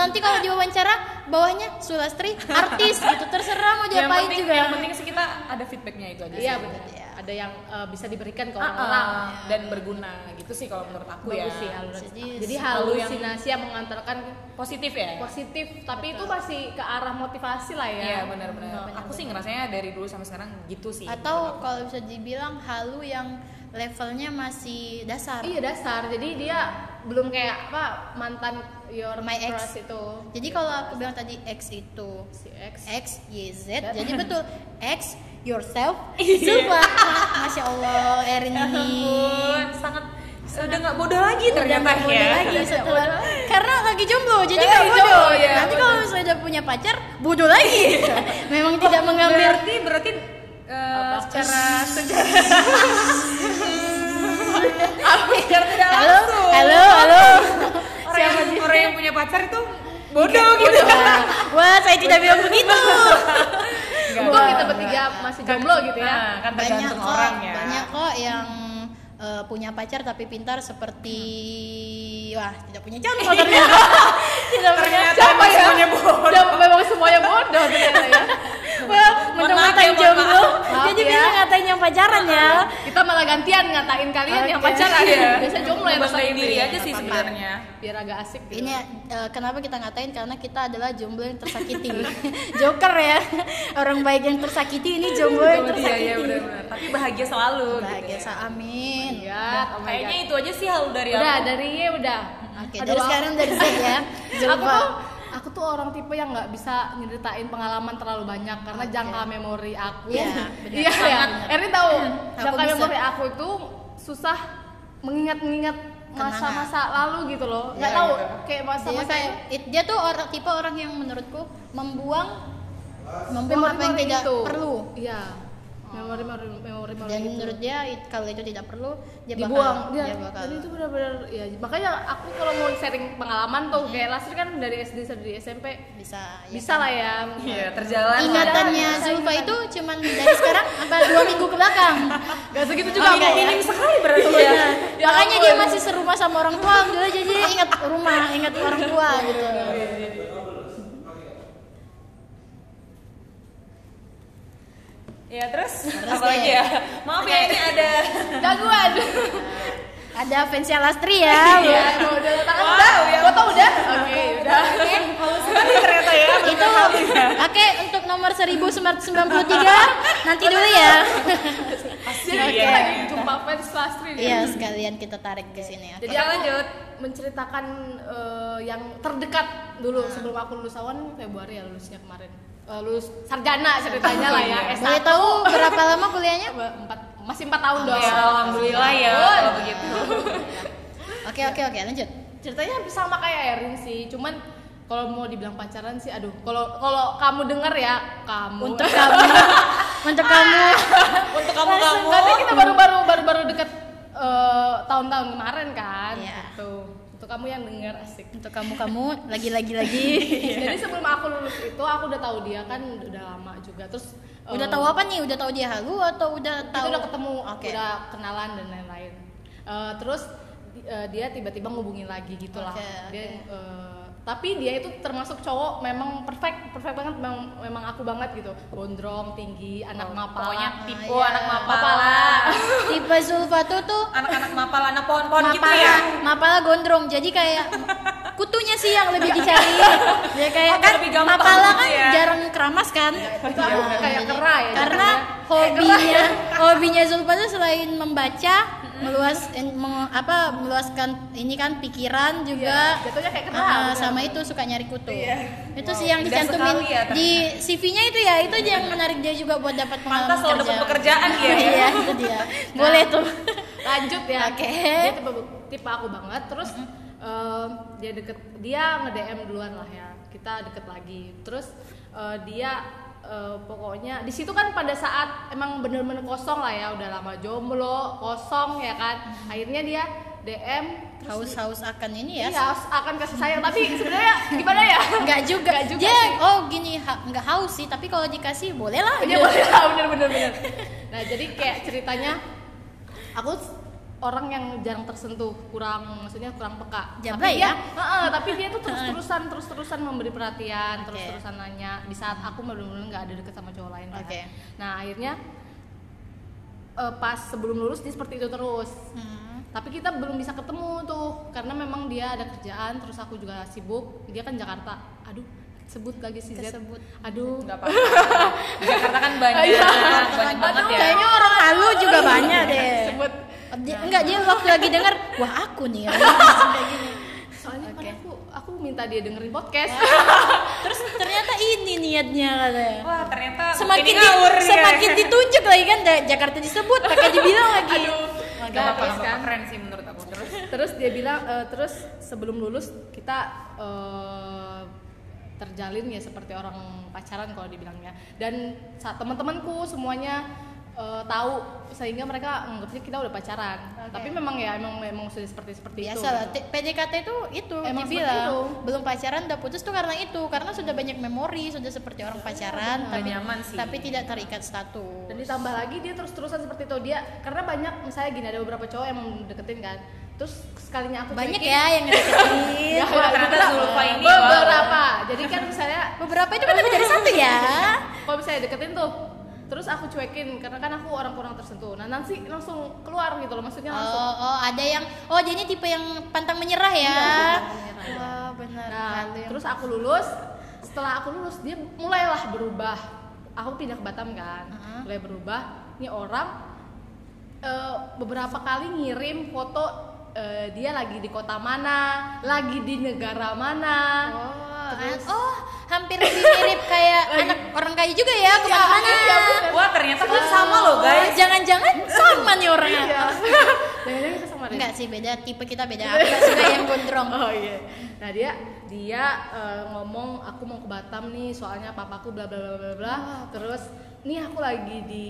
[SPEAKER 1] nanti kalau diwawancara bawahnya Sulastri artis gitu terserah mau
[SPEAKER 3] Yang
[SPEAKER 1] diapain
[SPEAKER 3] penting,
[SPEAKER 1] juga.
[SPEAKER 3] yang penting sih kita ada feedbacknya itu aja.
[SPEAKER 2] Iya,
[SPEAKER 3] sih.
[SPEAKER 2] benar.
[SPEAKER 1] Iya.
[SPEAKER 2] Ada yang eh, bisa diberikan ke
[SPEAKER 3] Ah, ah,
[SPEAKER 2] orang-orang.
[SPEAKER 3] dan berguna gitu sih kalau menurut aku ya.
[SPEAKER 2] Bagus sih halus.
[SPEAKER 1] Jadi,
[SPEAKER 2] Jadi
[SPEAKER 3] halu yang-
[SPEAKER 2] halusinasi yang mengantarkan
[SPEAKER 3] Positif ya.
[SPEAKER 2] positif, tapi itu masih ke arah motivasi lah ya.
[SPEAKER 3] Iya benar-benar. Aku sih ngerasanya dari dulu sampai sekarang gitu sih.
[SPEAKER 1] Atau kalau bisa dibilang halu yang levelnya masih dasar.
[SPEAKER 2] Iya dasar. Jadi dia belum kayak apa mantan your
[SPEAKER 1] My ex.
[SPEAKER 2] crush itu.
[SPEAKER 1] Jadi kalau aku bilang tadi X itu
[SPEAKER 2] Si ex.
[SPEAKER 1] X, Y, Z,
[SPEAKER 2] Dan-
[SPEAKER 1] jadi betul X yourself, Zulfa. Masya Allah, Erin
[SPEAKER 3] Iya. Ya
[SPEAKER 1] ini.
[SPEAKER 3] ampun, sangat udah nggak bodoh lagi
[SPEAKER 1] Udah
[SPEAKER 3] ternyata
[SPEAKER 1] nggak
[SPEAKER 3] ya.
[SPEAKER 1] boleh lagi setelah karena lagi jomblo jadi
[SPEAKER 3] Karena
[SPEAKER 1] nggak
[SPEAKER 3] lagi
[SPEAKER 1] bodoh,
[SPEAKER 3] jomblo, ya,
[SPEAKER 1] nanti
[SPEAKER 3] bodoh.
[SPEAKER 1] kalau misalnya udah punya pacar bodoh lagi memang tidak mengambil
[SPEAKER 3] berarti berarti eh, secara secara secara tidak
[SPEAKER 1] halo
[SPEAKER 3] langsung
[SPEAKER 1] halo halo
[SPEAKER 3] orang yang, orang yang punya pacar itu bodoh gitu
[SPEAKER 1] wah, wah, saya tidak bilang begitu
[SPEAKER 2] Untung kita bertiga gitu, masih jomblo gitu ya.
[SPEAKER 3] Nah, kan
[SPEAKER 1] banyak
[SPEAKER 3] tergantung
[SPEAKER 1] kok
[SPEAKER 3] orang ya
[SPEAKER 1] banyak kok yang eh, punya pacar tapi pintar seperti wah tidak punya contoh ternyata tidak punya
[SPEAKER 3] ternyata
[SPEAKER 2] Siapa
[SPEAKER 3] emang
[SPEAKER 2] ya?
[SPEAKER 3] semuanya bodoh
[SPEAKER 2] Udah memang semuanya bodoh ternyata ya.
[SPEAKER 1] Wah,
[SPEAKER 3] Mohon
[SPEAKER 1] mentang-mentang
[SPEAKER 3] maaf ya, mohon
[SPEAKER 1] jomblo
[SPEAKER 2] maaf.
[SPEAKER 1] jadi
[SPEAKER 2] Maaf ya.
[SPEAKER 1] bisa ngatain yang pacaran ya
[SPEAKER 2] Kita malah gantian ngatain kalian yang
[SPEAKER 1] Oke.
[SPEAKER 2] pacaran.
[SPEAKER 3] Iya.
[SPEAKER 2] Biasa jomblo yang
[SPEAKER 3] Membanggain
[SPEAKER 2] ngatain
[SPEAKER 3] diri
[SPEAKER 2] gitu.
[SPEAKER 3] aja sih
[SPEAKER 2] Apa-apa.
[SPEAKER 3] sebenarnya.
[SPEAKER 2] Biar agak asik. gitu.
[SPEAKER 1] Ini eh, kenapa kita ngatain karena kita adalah jomblo yang tersakiti. Joker ya. Orang baik yang tersakiti ini jomblo yang
[SPEAKER 3] Iya, iya,
[SPEAKER 1] tersakiti.
[SPEAKER 3] benar-benar. tapi bahagia selalu
[SPEAKER 1] Bahagia
[SPEAKER 3] gitu ya.
[SPEAKER 1] sa amin.
[SPEAKER 2] Iya. oh my
[SPEAKER 3] kayaknya
[SPEAKER 2] God.
[SPEAKER 3] itu aja sih hal dari
[SPEAKER 2] Udah
[SPEAKER 3] aku
[SPEAKER 2] dari Y udah.
[SPEAKER 1] Oke,
[SPEAKER 2] Aduh,
[SPEAKER 1] dari
[SPEAKER 2] aku-
[SPEAKER 1] sekarang dari Z ya.
[SPEAKER 2] aku
[SPEAKER 1] Zulfa.
[SPEAKER 2] tuh aku tuh orang tipe yang nggak bisa nyeritain pengalaman terlalu banyak karena jangka memori aku
[SPEAKER 1] Iya, benar.
[SPEAKER 2] iya ya
[SPEAKER 1] Benar.
[SPEAKER 2] Erin tahu
[SPEAKER 1] aku
[SPEAKER 2] jangka
[SPEAKER 1] bisa.
[SPEAKER 2] memori aku itu susah mengingat-ingat masa-masa lalu gitu loh nggak
[SPEAKER 1] Iya,
[SPEAKER 2] tahu
[SPEAKER 3] iya.
[SPEAKER 2] kayak
[SPEAKER 1] dia
[SPEAKER 2] masa-masa
[SPEAKER 1] kayak
[SPEAKER 2] itu
[SPEAKER 1] it- dia tuh orang tipe orang yang menurutku membuang membuang apa yang
[SPEAKER 2] memori-memori
[SPEAKER 1] tidak
[SPEAKER 2] gitu.
[SPEAKER 1] perlu
[SPEAKER 2] iya memori memori memori memori
[SPEAKER 1] dan
[SPEAKER 2] gitu.
[SPEAKER 1] menurut dia it- kalau itu tidak perlu dia bakal
[SPEAKER 2] dibuang dia,
[SPEAKER 1] Hmm. dia, bakal
[SPEAKER 2] jadi itu benar-benar ya makanya aku kalau mau sharing pengalaman tuh kayak Lasri kan dari SD sampai SMP
[SPEAKER 1] bisa ya.
[SPEAKER 2] bisa lah ya
[SPEAKER 3] Iya, terjalan.
[SPEAKER 1] ingatannya
[SPEAKER 2] Bisa
[SPEAKER 1] Zulfa
[SPEAKER 2] ingatan.
[SPEAKER 1] itu cuman dari sekarang apa dua minggu ke belakang
[SPEAKER 3] Gak segitu
[SPEAKER 1] juga,
[SPEAKER 2] Oh, iya,
[SPEAKER 3] Gitu juga,
[SPEAKER 1] Mbak, ya.
[SPEAKER 3] minim sekali berarti ya. Ya
[SPEAKER 1] makanya
[SPEAKER 3] ampun.
[SPEAKER 1] dia masih serumah sama orang tua alhamdulillah jadi dia ingat rumah ingat orang tua gitu
[SPEAKER 3] Ya terus,
[SPEAKER 1] Terus
[SPEAKER 3] apa lagi
[SPEAKER 1] deh.
[SPEAKER 3] ya? Maaf ya ini ada
[SPEAKER 2] gangguan
[SPEAKER 1] ada fansnya Lastri ya
[SPEAKER 2] ya udah tangan
[SPEAKER 3] Wow,
[SPEAKER 2] udah
[SPEAKER 3] ya
[SPEAKER 2] foto udah oke udah
[SPEAKER 3] sekali ternyata ya.
[SPEAKER 1] itu oke untuk nomor 1993 nanti dulu ya
[SPEAKER 2] jadi
[SPEAKER 3] Iya,
[SPEAKER 2] kita lagi
[SPEAKER 3] iya.
[SPEAKER 2] jumpa fans Lasri
[SPEAKER 1] iya sekalian kita tarik ke sini oke.
[SPEAKER 2] jadi aku lanjut menceritakan eh, yang terdekat dulu sebelum aku lulus awan Februari ya lulusnya kemarin Eh, lulus sarjana ceritanya lah ya S1
[SPEAKER 1] boleh tahu berapa lama kuliahnya
[SPEAKER 2] empat masih empat tahun dong
[SPEAKER 1] Iya,
[SPEAKER 3] Ya alhamdulillah ya
[SPEAKER 2] Betul.
[SPEAKER 3] kalau begitu.
[SPEAKER 1] oke oke oke lanjut
[SPEAKER 2] ceritanya hampir sama kayak Erin sih cuman kalau mau dibilang pacaran sih aduh kalau kalau kamu dengar ya kamu
[SPEAKER 1] untuk kamu untuk kamu
[SPEAKER 3] Untuk kamu-kamu
[SPEAKER 2] karena kita baru-baru baru-baru dekat eh, tahun-tahun kemarin kan
[SPEAKER 1] Iya.
[SPEAKER 2] gitu untuk kamu yang dengar asik
[SPEAKER 1] untuk kamu kamu lagi lagi lagi
[SPEAKER 2] jadi sebelum aku lulus itu aku udah tahu dia kan udah lama juga terus eh,
[SPEAKER 1] udah tahu apa nih udah tahu dia halu atau udah
[SPEAKER 2] kita
[SPEAKER 1] tahu
[SPEAKER 2] udah ketemu
[SPEAKER 1] oke
[SPEAKER 2] udah kenalan dan lain-lain Eh, terus di- eh, dia tiba-tiba ngubungin lagi gitu lah
[SPEAKER 1] Oke,
[SPEAKER 2] dia
[SPEAKER 1] oke.
[SPEAKER 2] eh, tapi dia itu termasuk cowok memang perfect perfect banget memang, memang aku banget gitu gondrong tinggi anak
[SPEAKER 1] Oh,
[SPEAKER 2] mapala
[SPEAKER 3] Pokoknya
[SPEAKER 1] Ah,
[SPEAKER 3] tipe
[SPEAKER 1] iya.
[SPEAKER 3] anak mapala.
[SPEAKER 2] Mapala.
[SPEAKER 1] tipe Zulfa tuh tuh
[SPEAKER 3] Anak-anak mapala, anak pohon-pohon
[SPEAKER 1] mapala
[SPEAKER 3] gitu ya.
[SPEAKER 1] mapala gondrong jadi kayak kutunya sih yang lebih dicari ya kayak
[SPEAKER 3] Oh,
[SPEAKER 1] kan
[SPEAKER 3] lebih gampang
[SPEAKER 1] mapala kan
[SPEAKER 3] gitu ya.
[SPEAKER 1] jarang keramas kan
[SPEAKER 2] Iya, itu aku
[SPEAKER 1] Nah,
[SPEAKER 2] kayak
[SPEAKER 1] jadi-
[SPEAKER 2] kera ya
[SPEAKER 1] karena hobinya hobinya Zulfa tuh selain membaca meluas en- meng- apa meluaskan ini kan pikiran juga
[SPEAKER 2] Iya, jatuhnya kayak kera,
[SPEAKER 1] Ah,
[SPEAKER 2] bener.
[SPEAKER 1] sama itu suka nyari kutu itu sih
[SPEAKER 3] Iya. Wow,
[SPEAKER 1] yang
[SPEAKER 3] indah
[SPEAKER 1] dicantumin
[SPEAKER 3] sekali ya, ternyata.
[SPEAKER 1] di CV-nya itu ya itu aja yang menarik dia juga buat dapat pengalaman
[SPEAKER 3] Pantas selalu dapat pekerjaan dia ya.
[SPEAKER 1] iya itu dia boleh tuh
[SPEAKER 2] Nah, lanjut ya
[SPEAKER 1] Oke.
[SPEAKER 2] dia tipe, tipe aku banget terus em, dia deket dia nge DM duluan lah ya kita deket lagi terus eh, dia eh, pokoknya di situ kan pada saat emang bener-bener kosong lah ya udah lama jomblo kosong ya kan akhirnya dia DM
[SPEAKER 1] haus
[SPEAKER 2] terus
[SPEAKER 1] haus akan ini ya
[SPEAKER 2] dia
[SPEAKER 3] Iya.
[SPEAKER 2] akan kasih sayang tapi sebenarnya gimana ya
[SPEAKER 1] Enggak juga.
[SPEAKER 2] Nggak juga
[SPEAKER 1] dia
[SPEAKER 2] sih.
[SPEAKER 1] oh gini ha- nggak haus sih, tapi kalau dikasih boleh lah.
[SPEAKER 2] Iya
[SPEAKER 1] gitu.
[SPEAKER 2] bener bener bener bener. Nah jadi kayak ceritanya aku s- orang yang jarang tersentuh, kurang maksudnya kurang peka.
[SPEAKER 1] Jabla
[SPEAKER 2] tapi
[SPEAKER 1] ya?
[SPEAKER 2] dia, Heeh, tapi dia tuh terus terusan terus terusan memberi perhatian, terus terusan nanya. Di saat aku bener bener nggak ada deket sama cowok lain. kan.
[SPEAKER 1] Oke.
[SPEAKER 2] Nah akhirnya eh, pas sebelum lulus dia seperti itu terus.
[SPEAKER 1] Hmm.
[SPEAKER 2] Tapi kita belum bisa ketemu tuh karena memang dia ada kerjaan, terus aku juga sibuk. Dia kan Jakarta. Aduh sebut lagi si Z.
[SPEAKER 1] Kesebut.
[SPEAKER 2] Aduh.
[SPEAKER 3] Enggak apa-apa. Jakarta kan banyak,
[SPEAKER 2] Iya.
[SPEAKER 3] banyak banget
[SPEAKER 1] Aduh,
[SPEAKER 3] ya.
[SPEAKER 1] kayaknya orang halu juga banyak deh.
[SPEAKER 2] Sebut.
[SPEAKER 1] Dia, enggak dia waktu lagi denger, wah aku nih. ya."
[SPEAKER 2] soalnya kan aku aku minta dia dengerin podcast
[SPEAKER 1] Terus ternyata ini niatnya katanya.
[SPEAKER 3] Wah, ternyata
[SPEAKER 1] Semakin
[SPEAKER 3] ini
[SPEAKER 1] di-
[SPEAKER 3] ngawur ya.
[SPEAKER 1] semakin ditunjuk lagi kan da- Jakarta disebut, pakai dibilang lagi.
[SPEAKER 2] Nah,
[SPEAKER 3] Wah, gak apa-apa,
[SPEAKER 2] terus
[SPEAKER 3] gak
[SPEAKER 2] kan
[SPEAKER 3] apa-apa. keren sih menurut aku terus.
[SPEAKER 2] terus dia bilang eh, terus sebelum lulus kita eh, terjalin ya seperti orang pacaran kalau dibilangnya dan saat teman-temanku semuanya eh, tahu sehingga mereka anggapnya kita udah pacaran
[SPEAKER 1] Oke.
[SPEAKER 2] tapi memang ya emang memang sudah seperti seperti itu
[SPEAKER 1] Biasa lah, T- PDKT itu itu
[SPEAKER 2] Emang
[SPEAKER 1] dibilang
[SPEAKER 2] seperti
[SPEAKER 1] belum pacaran udah putus tuh karena itu, karena sudah banyak memori, sudah seperti orang pacaran
[SPEAKER 3] Gak
[SPEAKER 1] tapi
[SPEAKER 3] nyaman sih.
[SPEAKER 1] tapi tidak terikat status.
[SPEAKER 2] dan ditambah lagi dia terus terusan seperti itu dia karena banyak misalnya gini ada beberapa cowok yang deketin kan terus sekalinya aku
[SPEAKER 1] banyak
[SPEAKER 2] cuekin,
[SPEAKER 1] ya yang ngedeketin
[SPEAKER 2] Ya,
[SPEAKER 3] Wah, ternyata
[SPEAKER 2] beberapa-
[SPEAKER 3] Zulfa ini,
[SPEAKER 2] beberapa. Jadi kan misalnya
[SPEAKER 1] beberapa itu kan tapi dari satu ya
[SPEAKER 2] kalau misalnya deketin tuh, terus aku cuekin karena kan aku orang kurang tersentuh. Nah, nanti langsung keluar gitu loh maksudnya langsung.
[SPEAKER 1] oh oh ada yang oh jadi tipe yang pantang menyerah ya wah benar
[SPEAKER 2] Iya, Nah, terus aku lulus. Setelah aku lulus dia mulailah berubah. Aku pindah ke Batam kan,
[SPEAKER 1] Heeh.
[SPEAKER 2] mulai berubah. Ini orang eh, beberapa kali ngirim foto eh, dia lagi di kota mana, lagi di negara mana.
[SPEAKER 1] Oh, kan oh hampir lebih mirip kayak anak orang kaya juga ya kemana-mana
[SPEAKER 2] iya, bener.
[SPEAKER 3] Wah ternyata kan sama
[SPEAKER 1] Oh,
[SPEAKER 3] loh guys.
[SPEAKER 1] jangan-jangan sama nih orangnya
[SPEAKER 2] Iya. Jangan-jangan kita sama deh.
[SPEAKER 1] enggak sih beda tipe kita beda aku gak suka yang gondrong
[SPEAKER 2] Oh iya. Nah dia dia eh, ngomong aku mau ke Batam nih soalnya papaku bla bla bla bla bla. Terus nih aku lagi di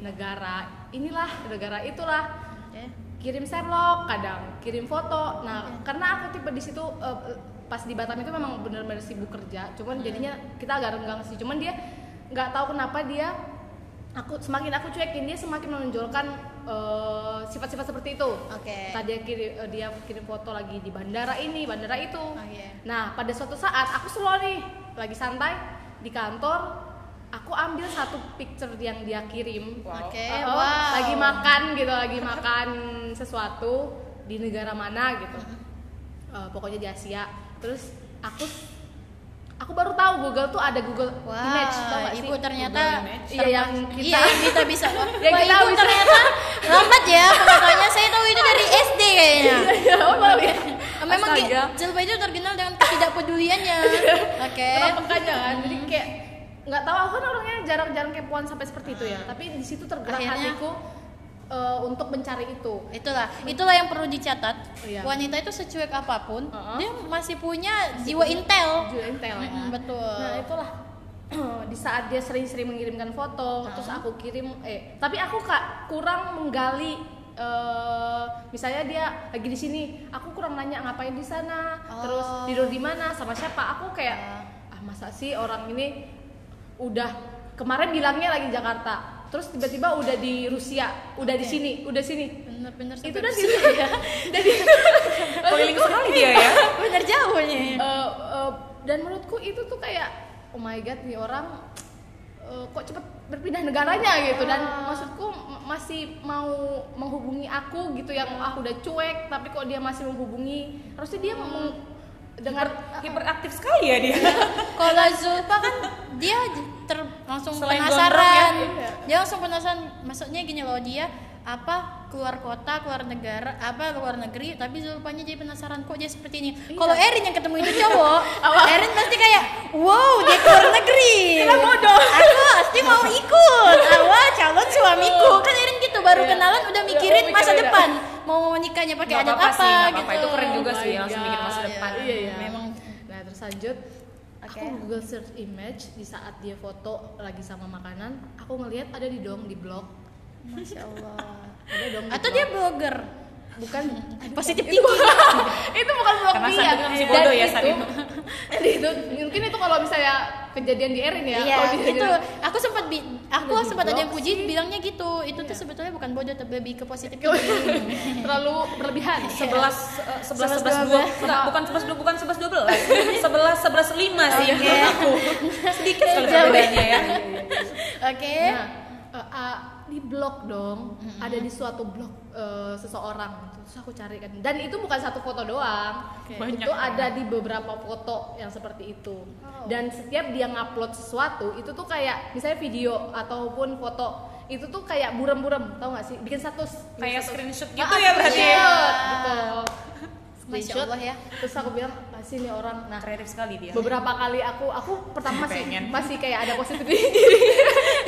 [SPEAKER 2] negara inilah negara itulah
[SPEAKER 1] Oke.
[SPEAKER 2] kirim Sherlock kadang kirim foto nah karena aku tipe di situ eh, pas di Batam itu memang benar-benar sibuk kerja cuman
[SPEAKER 1] Hmm.
[SPEAKER 2] jadinya kita agak renggang sih cuman dia nggak tahu kenapa dia aku semakin aku cuekin dia semakin menonjolkan eh, sifat-sifat seperti itu
[SPEAKER 1] oke
[SPEAKER 2] tadi dia kirim eh, dia kirim foto lagi di bandara ini bandara itu
[SPEAKER 1] Oke.
[SPEAKER 2] nah pada suatu saat aku slow nih lagi santai di kantor aku ambil satu picture yang dia kirim
[SPEAKER 3] Wow.
[SPEAKER 1] oke
[SPEAKER 2] Eh, oh,
[SPEAKER 1] wow
[SPEAKER 2] lagi makan gitu lagi makan sesuatu di negara mana gitu
[SPEAKER 1] Uh-huh.
[SPEAKER 2] Eh, pokoknya di Asia terus aku aku baru tahu Google tuh ada Google
[SPEAKER 1] Wah,
[SPEAKER 2] Image tau gak sih?
[SPEAKER 1] ibu ternyata
[SPEAKER 3] Google Image.
[SPEAKER 2] iya yang kita
[SPEAKER 1] iya yang kita bisa Wah,
[SPEAKER 2] Yang
[SPEAKER 1] Wah,
[SPEAKER 2] kita
[SPEAKER 1] ibu
[SPEAKER 2] bisa.
[SPEAKER 1] ternyata lambat ya pengetahuannya saya tahu itu dari SD kayaknya
[SPEAKER 2] Iya, maaf ya.
[SPEAKER 1] memang Ki,
[SPEAKER 2] Astaga.
[SPEAKER 1] Jelba itu terkenal dengan ketidakpeduliannya oke
[SPEAKER 2] Keropokannya kan, jadi kayak nggak tahu aku kan orangnya jarang-jarang kepoan sampai seperti itu ya. Tapi di situ
[SPEAKER 1] Ah.
[SPEAKER 2] tergerak
[SPEAKER 1] Akhirnya-
[SPEAKER 2] hatiku eh, untuk mencari itu.
[SPEAKER 1] itulah itulah yang perlu dicatat
[SPEAKER 2] Iya.
[SPEAKER 1] wanita itu secuek apapun
[SPEAKER 2] Uh-uh.
[SPEAKER 1] dia masih punya jiwa intel
[SPEAKER 2] Jujur intel ya.
[SPEAKER 1] Mm-mm, betul
[SPEAKER 2] Nah itulah di saat dia sering-sering mengirimkan foto, terus aku kirim, eh tapi aku kak kurang menggali. eh, misalnya dia lagi di sini, aku kurang nanya ngapain di sana,
[SPEAKER 1] Oh.
[SPEAKER 2] terus tidur di mana, sama siapa. Aku kayak
[SPEAKER 1] Ya.
[SPEAKER 2] ah masa sih orang ini udah kemarin bilangnya lagi Jakarta, terus tiba-tiba udah di Rusia, udah di
[SPEAKER 1] Oke.
[SPEAKER 2] sini, udah sini.
[SPEAKER 1] bener-bener sampai
[SPEAKER 2] Itu udah
[SPEAKER 1] di
[SPEAKER 2] sini. Jadi
[SPEAKER 3] Keliling sekali dia ya.
[SPEAKER 1] situ. bener jauh nih
[SPEAKER 2] Eh, eh, dan menurutku itu tuh kayak oh my god nih orang eh, kok cepet berpindah negaranya gitu dan
[SPEAKER 3] Ah.
[SPEAKER 2] maksudku m- masih mau menghubungi aku gitu yang
[SPEAKER 3] Hmm.
[SPEAKER 2] ah udah cuek tapi kok dia masih menghubungi harusnya dia
[SPEAKER 3] Hmm.
[SPEAKER 2] mau dengar
[SPEAKER 3] Hiperaktif sekali ya dia.
[SPEAKER 1] Kalau Zulfa kan dia j- ter- langsung
[SPEAKER 3] Selain
[SPEAKER 1] penasaran.
[SPEAKER 3] gondrong ya.
[SPEAKER 1] Dia langsung penasaran. Maksudnya gini loh dia apa keluar kota, keluar negara, apa luar negeri, tapi Zulfanya jadi penasaran kok dia seperti ini.
[SPEAKER 3] Iya.
[SPEAKER 1] Kalau Erin yang ketemu itu cowok, Erin pasti kayak, wow dia keluar negeri.
[SPEAKER 2] bodoh.
[SPEAKER 1] Aku pasti mau ikut. Awal calon suamiku kan Erin gitu baru
[SPEAKER 2] Iya.
[SPEAKER 1] kenalan udah
[SPEAKER 2] Iya,
[SPEAKER 1] mikirin
[SPEAKER 2] mau
[SPEAKER 1] masa
[SPEAKER 2] mikirin.
[SPEAKER 1] depan mau nikahnya pakai adat apa,
[SPEAKER 3] sih, oh, nggak
[SPEAKER 1] gitu.
[SPEAKER 3] apa-apa. Itu keren juga
[SPEAKER 2] Oh
[SPEAKER 3] sih
[SPEAKER 2] my
[SPEAKER 3] langsung
[SPEAKER 2] God.
[SPEAKER 3] bikin masa depan. Hmm.
[SPEAKER 2] Iya, iya.
[SPEAKER 3] Memang.
[SPEAKER 2] Nah, terus lanjut
[SPEAKER 1] Oke.
[SPEAKER 2] Aku Google search image di saat dia foto lagi sama makanan, aku ngelihat ada di dong di blog.
[SPEAKER 1] Masya Allah.
[SPEAKER 2] Ada dong. di
[SPEAKER 1] Atau
[SPEAKER 2] blog.
[SPEAKER 1] dia blogger.
[SPEAKER 2] bukan
[SPEAKER 1] Positif Oh,
[SPEAKER 2] itu,
[SPEAKER 1] Iya.
[SPEAKER 2] itu bukan blog
[SPEAKER 3] Karena
[SPEAKER 2] dia.
[SPEAKER 3] Sandi kan si bodoh
[SPEAKER 2] Dan
[SPEAKER 3] ya,
[SPEAKER 2] itu-
[SPEAKER 3] Sandi.
[SPEAKER 2] dan itu mungkin itu kalau misalnya kejadian di Erin ya.
[SPEAKER 1] Iya,
[SPEAKER 2] kalau di-
[SPEAKER 1] itu aku sempat bi- aku
[SPEAKER 2] Udah
[SPEAKER 1] sempat ada yang
[SPEAKER 2] diblok
[SPEAKER 1] puji bilangnya gitu. Itu tuh
[SPEAKER 2] Iya.
[SPEAKER 1] sebetulnya bukan bodoh tapi lebih ke positif.
[SPEAKER 2] terlalu berlebihan.
[SPEAKER 3] Sebelas, eh,
[SPEAKER 1] Sebelas,
[SPEAKER 3] sebelas, sebelas, dua,
[SPEAKER 1] dua belas.
[SPEAKER 3] enggak, bukan sebelas, dua, bukan sebelas, dua belas, sebelas, sebelas, lima sih menurut aku. Sedikit sekali
[SPEAKER 1] Jauh.
[SPEAKER 3] perbedaannya ya.
[SPEAKER 1] Oke.
[SPEAKER 2] Nah, eh, ah, di blog dong, ada di suatu blog eh, seseorang. Terus aku cari kan. Dan itu bukan satu foto doang.
[SPEAKER 1] Oke.
[SPEAKER 3] Banyak
[SPEAKER 2] itu ada di beberapa foto yang seperti itu.
[SPEAKER 1] Oh.
[SPEAKER 2] Dan setiap dia ngupload sesuatu, itu tuh kayak misalnya video ataupun foto, itu tuh kayak burem-burem, tau gak sih? Bikin status. bikin
[SPEAKER 3] Kayak
[SPEAKER 2] status.
[SPEAKER 3] screenshot
[SPEAKER 2] Ah,
[SPEAKER 3] gitu ya berarti. ya?
[SPEAKER 2] screenshot, Gitu.
[SPEAKER 1] Masya
[SPEAKER 2] Screenshot.
[SPEAKER 1] Allah ya.
[SPEAKER 2] Terus aku bilang, pasti nih orang. Nah,
[SPEAKER 3] Kreatif sekali dia.
[SPEAKER 2] beberapa kali aku aku pertama masih
[SPEAKER 3] Iya. Pengen.
[SPEAKER 2] masih kayak ada positif jadi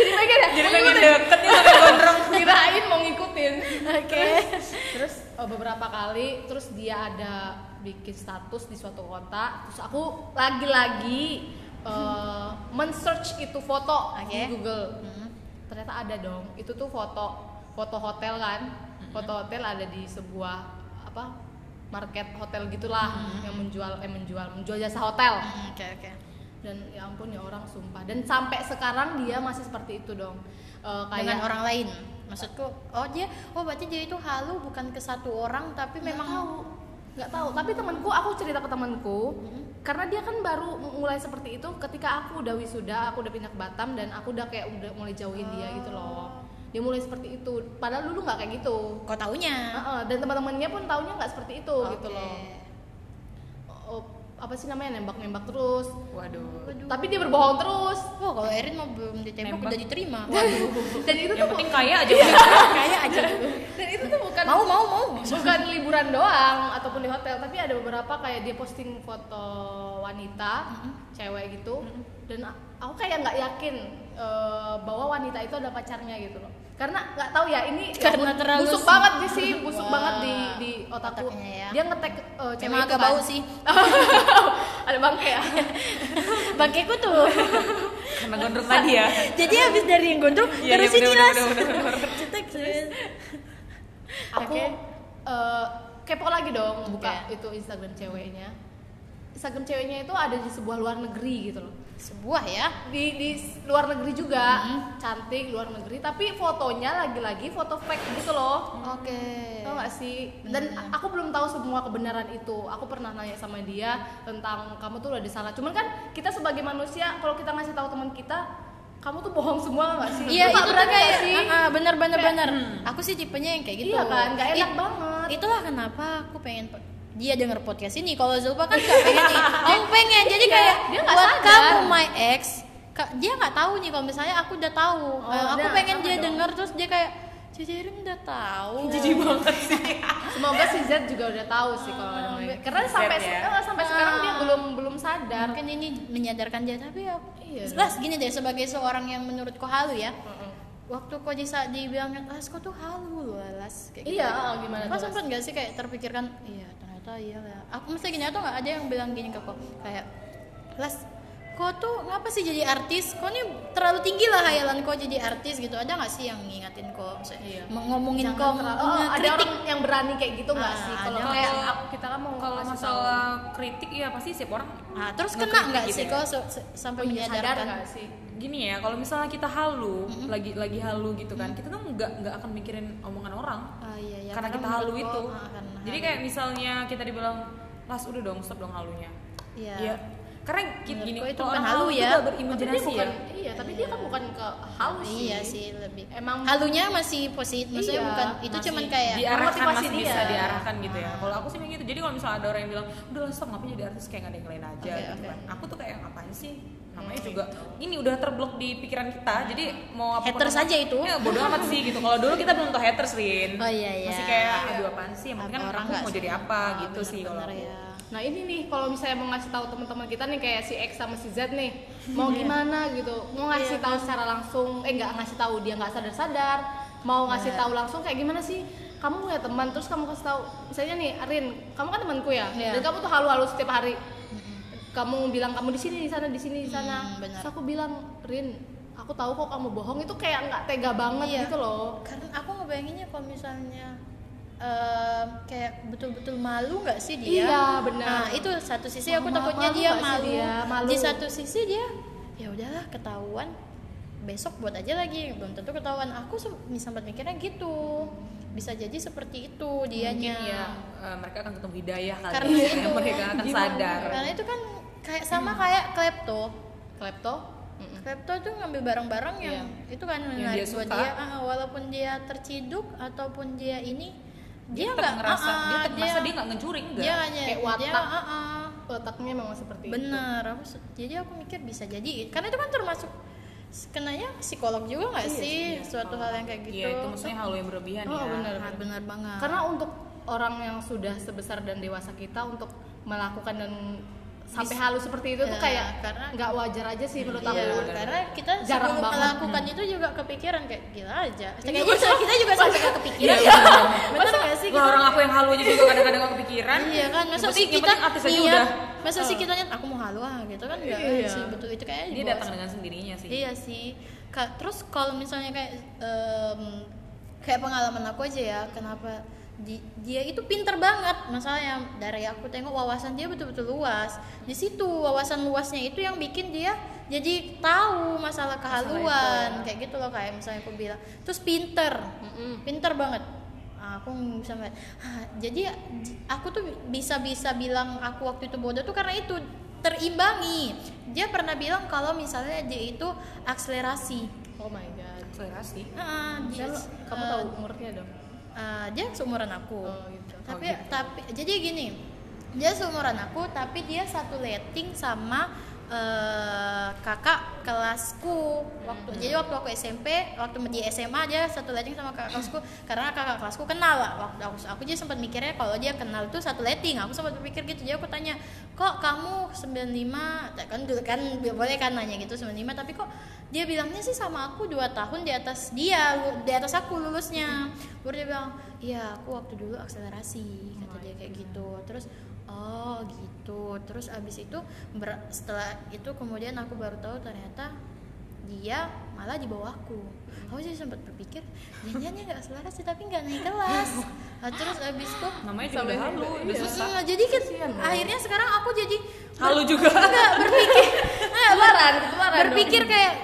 [SPEAKER 2] jadi pengen ya
[SPEAKER 3] Jadi pengen deket nih sama gondrong.
[SPEAKER 2] kirain mau ngikutin oke terus, terus, eh, beberapa kali terus dia ada bikin status di suatu kota terus aku lagi-lagi eh, men-search itu foto
[SPEAKER 1] Oke.
[SPEAKER 2] di Google
[SPEAKER 1] Hmm,
[SPEAKER 2] ternyata ada dong itu tuh foto foto hotel kan foto hotel ada di sebuah apa market hotel gitulah yang menjual eh menjual menjual jasa hotel
[SPEAKER 1] Hmm, Oke oke.
[SPEAKER 2] dan ya ampun ya orang sumpah dan sampai sekarang dia masih seperti itu dong Eh,
[SPEAKER 1] Dengan
[SPEAKER 2] kayak
[SPEAKER 1] orang lain. Maksudku, oh dia, oh berarti dia itu halu bukan ke satu orang tapi memang
[SPEAKER 2] tahu nggak tahu tapi temanku aku cerita ke temanku karena dia kan baru mulai seperti itu ketika aku udah wisuda aku udah pindah ke Batam dan aku udah kayak udah mulai jauhin dia gitu
[SPEAKER 1] Oh.
[SPEAKER 2] loh dia mulai seperti itu padahal dulu nggak kayak gitu
[SPEAKER 1] kok taunya.
[SPEAKER 2] Heeh, dan teman-temannya pun taunya nggak seperti itu gitu
[SPEAKER 1] Oke.
[SPEAKER 2] loh gitu Oh, apa sih namanya nembak-nembak terus.
[SPEAKER 3] Waduh.
[SPEAKER 1] Waduh.
[SPEAKER 2] Tapi dia berbohong terus.
[SPEAKER 1] Wah, Oh, kalau Erin mau belum ditembak
[SPEAKER 3] Nembak.
[SPEAKER 1] udah diterima.
[SPEAKER 2] Dan itu
[SPEAKER 3] Yang
[SPEAKER 2] tuh
[SPEAKER 3] penting kaya aja.
[SPEAKER 1] Kayak aja. dulu.
[SPEAKER 2] dan itu tuh bukan
[SPEAKER 1] Mau, mau, mau.
[SPEAKER 2] bukan liburan doang ataupun di hotel, tapi ada beberapa kayak dia posting foto wanita, cewek gitu. Dan a- aku kayak nggak yakin eh, bahwa wanita itu ada pacarnya gitu loh. Karena nggak tahu ya ini
[SPEAKER 1] Karena
[SPEAKER 2] bu-
[SPEAKER 1] terlalu se-
[SPEAKER 2] busuk banget di sih, busuk
[SPEAKER 1] Wah.
[SPEAKER 2] banget di di otakku.
[SPEAKER 1] Otaknya ya.
[SPEAKER 2] Dia ngetek eh, cewek
[SPEAKER 1] Memang
[SPEAKER 2] itu
[SPEAKER 1] agak
[SPEAKER 2] kan.
[SPEAKER 1] bau sih.
[SPEAKER 2] ada bangke ya.
[SPEAKER 1] Bangkeku tuh.
[SPEAKER 3] Karena gondrong tadi ya.
[SPEAKER 1] Jadi habis dari yang gondrong
[SPEAKER 3] Iya,
[SPEAKER 1] terus
[SPEAKER 3] iya,
[SPEAKER 1] ini
[SPEAKER 3] bener,
[SPEAKER 1] las.
[SPEAKER 3] bener, bener, bener.
[SPEAKER 1] Cetek terus.
[SPEAKER 2] aku
[SPEAKER 1] Oke.
[SPEAKER 2] eh, kepo lagi dong buka
[SPEAKER 1] Oke.
[SPEAKER 2] itu Instagram ceweknya Instagram ceweknya itu ada di sebuah luar negeri gitu loh
[SPEAKER 1] Sebuah ya.
[SPEAKER 2] di, di s- luar negeri juga
[SPEAKER 1] Mm-hmm.
[SPEAKER 2] cantik luar negeri tapi fotonya lagi-lagi foto fake gitu loh
[SPEAKER 1] Oke. Mm-hmm.
[SPEAKER 2] tau gak Oh, sih dan
[SPEAKER 1] Bener.
[SPEAKER 2] aku belum tahu semua kebenaran itu aku pernah nanya sama dia tentang kamu tuh udah disalah cuman kan kita sebagai manusia kalau kita ngasih tahu teman kita kamu tuh bohong semua gak sih
[SPEAKER 1] Iya itu
[SPEAKER 2] Lu nggak
[SPEAKER 1] tuh
[SPEAKER 2] berani nggak
[SPEAKER 1] kayak
[SPEAKER 2] sih?
[SPEAKER 1] ah, ah, bener bener
[SPEAKER 2] Kayak,
[SPEAKER 1] bener. Aku sih tipenya yang kayak gitu.
[SPEAKER 2] Iya kan, nggak enak
[SPEAKER 1] It-
[SPEAKER 2] banget.
[SPEAKER 1] Itulah kenapa aku pengen pe- dia denger podcast ini. Kalau Zulfa kan nggak pengen nih. Aku pengen. Jadi
[SPEAKER 2] Iya,
[SPEAKER 1] kayak
[SPEAKER 2] dia nggak
[SPEAKER 1] buat
[SPEAKER 2] sadar.
[SPEAKER 1] kamu my ex, ka- dia nggak tahu nih kalau misalnya aku udah tahu.
[SPEAKER 2] Oh,
[SPEAKER 1] Eh, aku
[SPEAKER 2] udah,
[SPEAKER 1] pengen
[SPEAKER 2] sama
[SPEAKER 1] dia
[SPEAKER 2] dong.
[SPEAKER 1] denger terus dia kayak Cici udah tahu.
[SPEAKER 3] Jijik banget sih.
[SPEAKER 2] Semoga si Z juga udah tahu sih kalau ada
[SPEAKER 1] Hmm,
[SPEAKER 2] yang- Ah, karena
[SPEAKER 3] Z
[SPEAKER 2] sampai
[SPEAKER 3] ya.
[SPEAKER 2] sekarang sampai sekarang dia belum belum sadar.
[SPEAKER 1] Mungkin kan ini menyadarkan dia tapi aku
[SPEAKER 2] Iya.
[SPEAKER 1] Las, gini deh sebagai seorang yang menurutku halu ya. Waktu kok bisa dibilangin Las kok tuh halu loh Las kayak
[SPEAKER 2] Iya, oh, gimana
[SPEAKER 1] Kok
[SPEAKER 2] tuh,
[SPEAKER 1] sempet gak sih kayak terpikirkan iya ternyata iya lah. Aku mesti gini atau nggak ada yang bilang gini ke kok kayak Las kok tuh ngapa sih jadi artis? Kok ini terlalu tinggi lah hayalan kok jadi artis gitu. Ada nggak sih yang ngingatin kok Maksudnya,
[SPEAKER 2] Iya.
[SPEAKER 1] meng- ngomongin
[SPEAKER 2] Jangan
[SPEAKER 1] kok
[SPEAKER 2] terlalu- oh, ada orang yang berani kayak gitu nggak
[SPEAKER 1] Ah,
[SPEAKER 2] sih? Kalau
[SPEAKER 1] ada.
[SPEAKER 2] kayak
[SPEAKER 3] Kalau-
[SPEAKER 2] aku- kita kan mau
[SPEAKER 3] Kalau
[SPEAKER 2] kasih
[SPEAKER 3] masalah kritik ya pasti setiap orang
[SPEAKER 1] Nah, terus
[SPEAKER 3] ngekritik
[SPEAKER 1] kena nggak
[SPEAKER 3] gitu
[SPEAKER 1] sih
[SPEAKER 3] ya.
[SPEAKER 1] kok se- se- sampai
[SPEAKER 2] tahu, punya sadar
[SPEAKER 1] menyadarkan?
[SPEAKER 2] nggak sih?
[SPEAKER 3] gini ya kalau misalnya kita halu lagi lagi halu gitu kan kita tuh nggak nggak akan mikirin omongan orang
[SPEAKER 1] Ah, iya, iya.
[SPEAKER 3] karena, kita halu
[SPEAKER 1] menurut
[SPEAKER 3] itu
[SPEAKER 1] kok, ah, karena
[SPEAKER 3] jadi
[SPEAKER 1] halu.
[SPEAKER 3] kayak misalnya kita dibilang las udah dong stop dong halunya
[SPEAKER 1] Iya.
[SPEAKER 3] karena kita
[SPEAKER 1] Menurut
[SPEAKER 3] gini
[SPEAKER 1] gua itu bukan
[SPEAKER 3] kalau orang
[SPEAKER 1] halu
[SPEAKER 3] halu
[SPEAKER 1] ya.
[SPEAKER 3] ya
[SPEAKER 2] Tapi dia
[SPEAKER 3] berimajinasi ya
[SPEAKER 2] bukan, iya, tapi dia kan bukan ke haus
[SPEAKER 1] Iya sih lebih.
[SPEAKER 2] Emang-
[SPEAKER 1] halunya masih positif, maksudnya
[SPEAKER 2] Iya,
[SPEAKER 1] bukan itu
[SPEAKER 2] masih
[SPEAKER 1] cuman kayak Ah.
[SPEAKER 3] diarahkan
[SPEAKER 2] memotivasi
[SPEAKER 3] masih
[SPEAKER 2] dia.
[SPEAKER 3] bisa diarahkan gitu ya kalau aku sih memang gitu jadi kalau misalnya ada orang yang bilang udah lah, stop ngapain jadi artis kayak nggak ada yang lain aja
[SPEAKER 1] Oke,
[SPEAKER 3] gitu
[SPEAKER 1] oke. Hmm, gitu.
[SPEAKER 3] kan aku tuh kayak ngapain sih namanya juga ini udah terblok di pikiran kita jadi mau apa
[SPEAKER 1] haters aja itu.
[SPEAKER 3] Ya bodo amat sih gitu. Kalau dulu kita belum tau haters Rin.
[SPEAKER 1] Oh, iya, iya.
[SPEAKER 3] Masih kayak aduh apaan sih? Mungkin
[SPEAKER 1] Apa
[SPEAKER 3] kan
[SPEAKER 1] orang
[SPEAKER 3] orang
[SPEAKER 1] nggak
[SPEAKER 3] mau jadi apa gitu sih kalau.
[SPEAKER 1] Bener
[SPEAKER 3] aku.
[SPEAKER 1] ya.
[SPEAKER 2] Nah ini nih kalau misalnya mau ngasih tahu teman-teman kita nih kayak si X sama si Z nih
[SPEAKER 1] Iya.
[SPEAKER 2] mau gimana gitu mau ngasih
[SPEAKER 1] kan?
[SPEAKER 2] tahu secara langsung eh nggak ngasih tahu dia nggak sadar-sadar mau ngasih
[SPEAKER 1] Iya.
[SPEAKER 2] tahu langsung kayak gimana sih kamu punya teman terus kamu kasih tahu misalnya nih Arin kamu kan temanku ya
[SPEAKER 1] Iya.
[SPEAKER 2] dan kamu tuh halu-halu setiap hari kamu bilang kamu di sini di sana di sini di sana
[SPEAKER 1] Hmm, benar.
[SPEAKER 2] terus aku bilang Rin aku tahu kok kamu bohong itu kayak nggak tega banget
[SPEAKER 1] Iya.
[SPEAKER 2] gitu loh
[SPEAKER 1] Karena aku ngebayanginnya kalau misalnya em, kayak betul-betul malu nggak sih dia?
[SPEAKER 2] Iya, benar.
[SPEAKER 1] Nah itu satu sisi aku
[SPEAKER 2] Malu-
[SPEAKER 1] takutnya
[SPEAKER 2] malu
[SPEAKER 1] dia
[SPEAKER 2] nggak sih
[SPEAKER 1] malu.
[SPEAKER 2] dia? Malu.
[SPEAKER 1] Di satu sisi dia ya udahlah ketahuan besok buat aja lagi belum tentu ketahuan. Aku sem- sempat mikirnya gitu bisa jadi seperti itu dianya.
[SPEAKER 3] Mungkin ya
[SPEAKER 2] iya.
[SPEAKER 3] eh, mereka akan ketemu hidayah kali.
[SPEAKER 1] Karena
[SPEAKER 3] ya.
[SPEAKER 1] itu.
[SPEAKER 3] mereka akan
[SPEAKER 2] Gimana?
[SPEAKER 3] sadar.
[SPEAKER 1] Karena itu kan kayak sama kayak klepto.
[SPEAKER 2] klepto Mm-mm.
[SPEAKER 1] Klepto itu ngambil barang-barang yang itu kan menarik
[SPEAKER 3] Iya. dia
[SPEAKER 1] buat
[SPEAKER 3] suka.
[SPEAKER 1] dia. Ah, walaupun dia terciduk ataupun dia ini dia
[SPEAKER 3] Dia
[SPEAKER 1] nggak
[SPEAKER 3] tetap
[SPEAKER 1] ah,
[SPEAKER 3] ngerasa,
[SPEAKER 1] ah,
[SPEAKER 3] dia tetap merasa dia nggak ngecuri enggak.
[SPEAKER 1] dia hanya
[SPEAKER 2] Kayak
[SPEAKER 1] dia,
[SPEAKER 2] watak.
[SPEAKER 1] ah, ah.
[SPEAKER 2] otaknya memang seperti itu.
[SPEAKER 1] bener aku se- jadi aku mikir bisa jadi karena itu kan termasuk kenanya psikolog juga nggak sih suatu hal yang kayak gitu
[SPEAKER 3] Iya, itu maksudnya halu yang berlebihan
[SPEAKER 2] Oh,
[SPEAKER 3] ya.
[SPEAKER 2] benar.
[SPEAKER 1] benar benar banget
[SPEAKER 2] Karena untuk orang yang sudah sebesar dan dewasa kita untuk melakukan dan sampai halus seperti itu
[SPEAKER 1] Ya,
[SPEAKER 2] tuh kayak
[SPEAKER 1] karena-
[SPEAKER 2] nggak wajar aja sih menurut
[SPEAKER 1] Iya,
[SPEAKER 2] aku.
[SPEAKER 1] karena kita
[SPEAKER 2] Jarang
[SPEAKER 1] sebelum
[SPEAKER 2] banget.
[SPEAKER 1] melakukan itu juga kepikiran kayak gila aja. Kayaknya kita juga sampai nggak kepikiran.
[SPEAKER 3] Iya,
[SPEAKER 1] Bener nggak sih?
[SPEAKER 3] Wah, orang aku yang halu aja juga kadang-kadang gak kepikiran.
[SPEAKER 1] Iya kan, masa
[SPEAKER 3] Yang
[SPEAKER 1] sih
[SPEAKER 3] penting- yang
[SPEAKER 1] kita
[SPEAKER 3] penting artis aja
[SPEAKER 1] niat,
[SPEAKER 3] udah.
[SPEAKER 1] masa sih kita niat aku mau halu ah gitu kan enggak
[SPEAKER 2] Iya.
[SPEAKER 1] sih betul itu kayaknya
[SPEAKER 3] Dia
[SPEAKER 1] dibawa-
[SPEAKER 3] datang dengan sendirinya sih.
[SPEAKER 1] Iya sih. Ka- terus kalau misalnya kayak em, kayak pengalaman aku aja ya, kenapa di- dia itu pinter banget masalahnya dari aku tengok wawasan dia betul-betul luas di situ wawasan luasnya itu yang bikin dia jadi tahu masalah kehaluan kayak gitu loh kayak misalnya aku bilang terus pinter
[SPEAKER 2] Mm-mm.
[SPEAKER 1] pinter banget Ah, aku nggak bisa ngeliat. Hah, jadi j- aku tuh bisa bisa bilang aku waktu itu bodoh tuh karena itu terimbangi dia pernah bilang kalau misalnya dia itu akselerasi
[SPEAKER 2] Oh my god.
[SPEAKER 3] Akselerasi.
[SPEAKER 1] Ah, dia,
[SPEAKER 2] Dan lo- kamu
[SPEAKER 1] eh,
[SPEAKER 2] tahu umurnya dong.
[SPEAKER 1] ah, Eh, dia seumuran aku
[SPEAKER 2] Oh, gitu.
[SPEAKER 1] tapi
[SPEAKER 3] Oh, gitu.
[SPEAKER 1] tapi jadi gini dia seumuran aku tapi dia satu letting sama eh, kakak kelasku waktu
[SPEAKER 2] Hmm.
[SPEAKER 1] jadi waktu aku SMP waktu di SMA dia satu letting sama kakak kelasku karena kakak kelasku kenal lah waktu aku aku jadi sempat mikirnya kalau dia kenal tuh satu letting aku sempat berpikir gitu jadi aku tanya kok kamu 95 kan dulu kan boleh kan nanya gitu 95 tapi kok dia bilangnya sih sama aku dua tahun di atas dia lu- di atas aku lulusnya baru dia bilang iya aku waktu dulu akselerasi kata dia kayak gitu
[SPEAKER 2] iya.
[SPEAKER 1] terus oh gitu terus abis itu ber- setelah itu kemudian aku baru tahu ternyata dia malah di bawahku
[SPEAKER 2] Hmm.
[SPEAKER 1] aku jadi sempat berpikir janjiannya nggak selaras sih tapi nggak naik kelas Nah, terus abis itu
[SPEAKER 3] namanya juga
[SPEAKER 2] Sampai
[SPEAKER 3] udah halu
[SPEAKER 2] situ,
[SPEAKER 3] udah
[SPEAKER 2] iya.
[SPEAKER 3] susah
[SPEAKER 1] Mm, jadi kan
[SPEAKER 2] Kasihan ya. loh.
[SPEAKER 1] akhirnya sekarang aku jadi
[SPEAKER 3] halu juga
[SPEAKER 1] nggak berpikir nggak, ber-
[SPEAKER 2] Ketularan, ketularan
[SPEAKER 1] berpikir kayak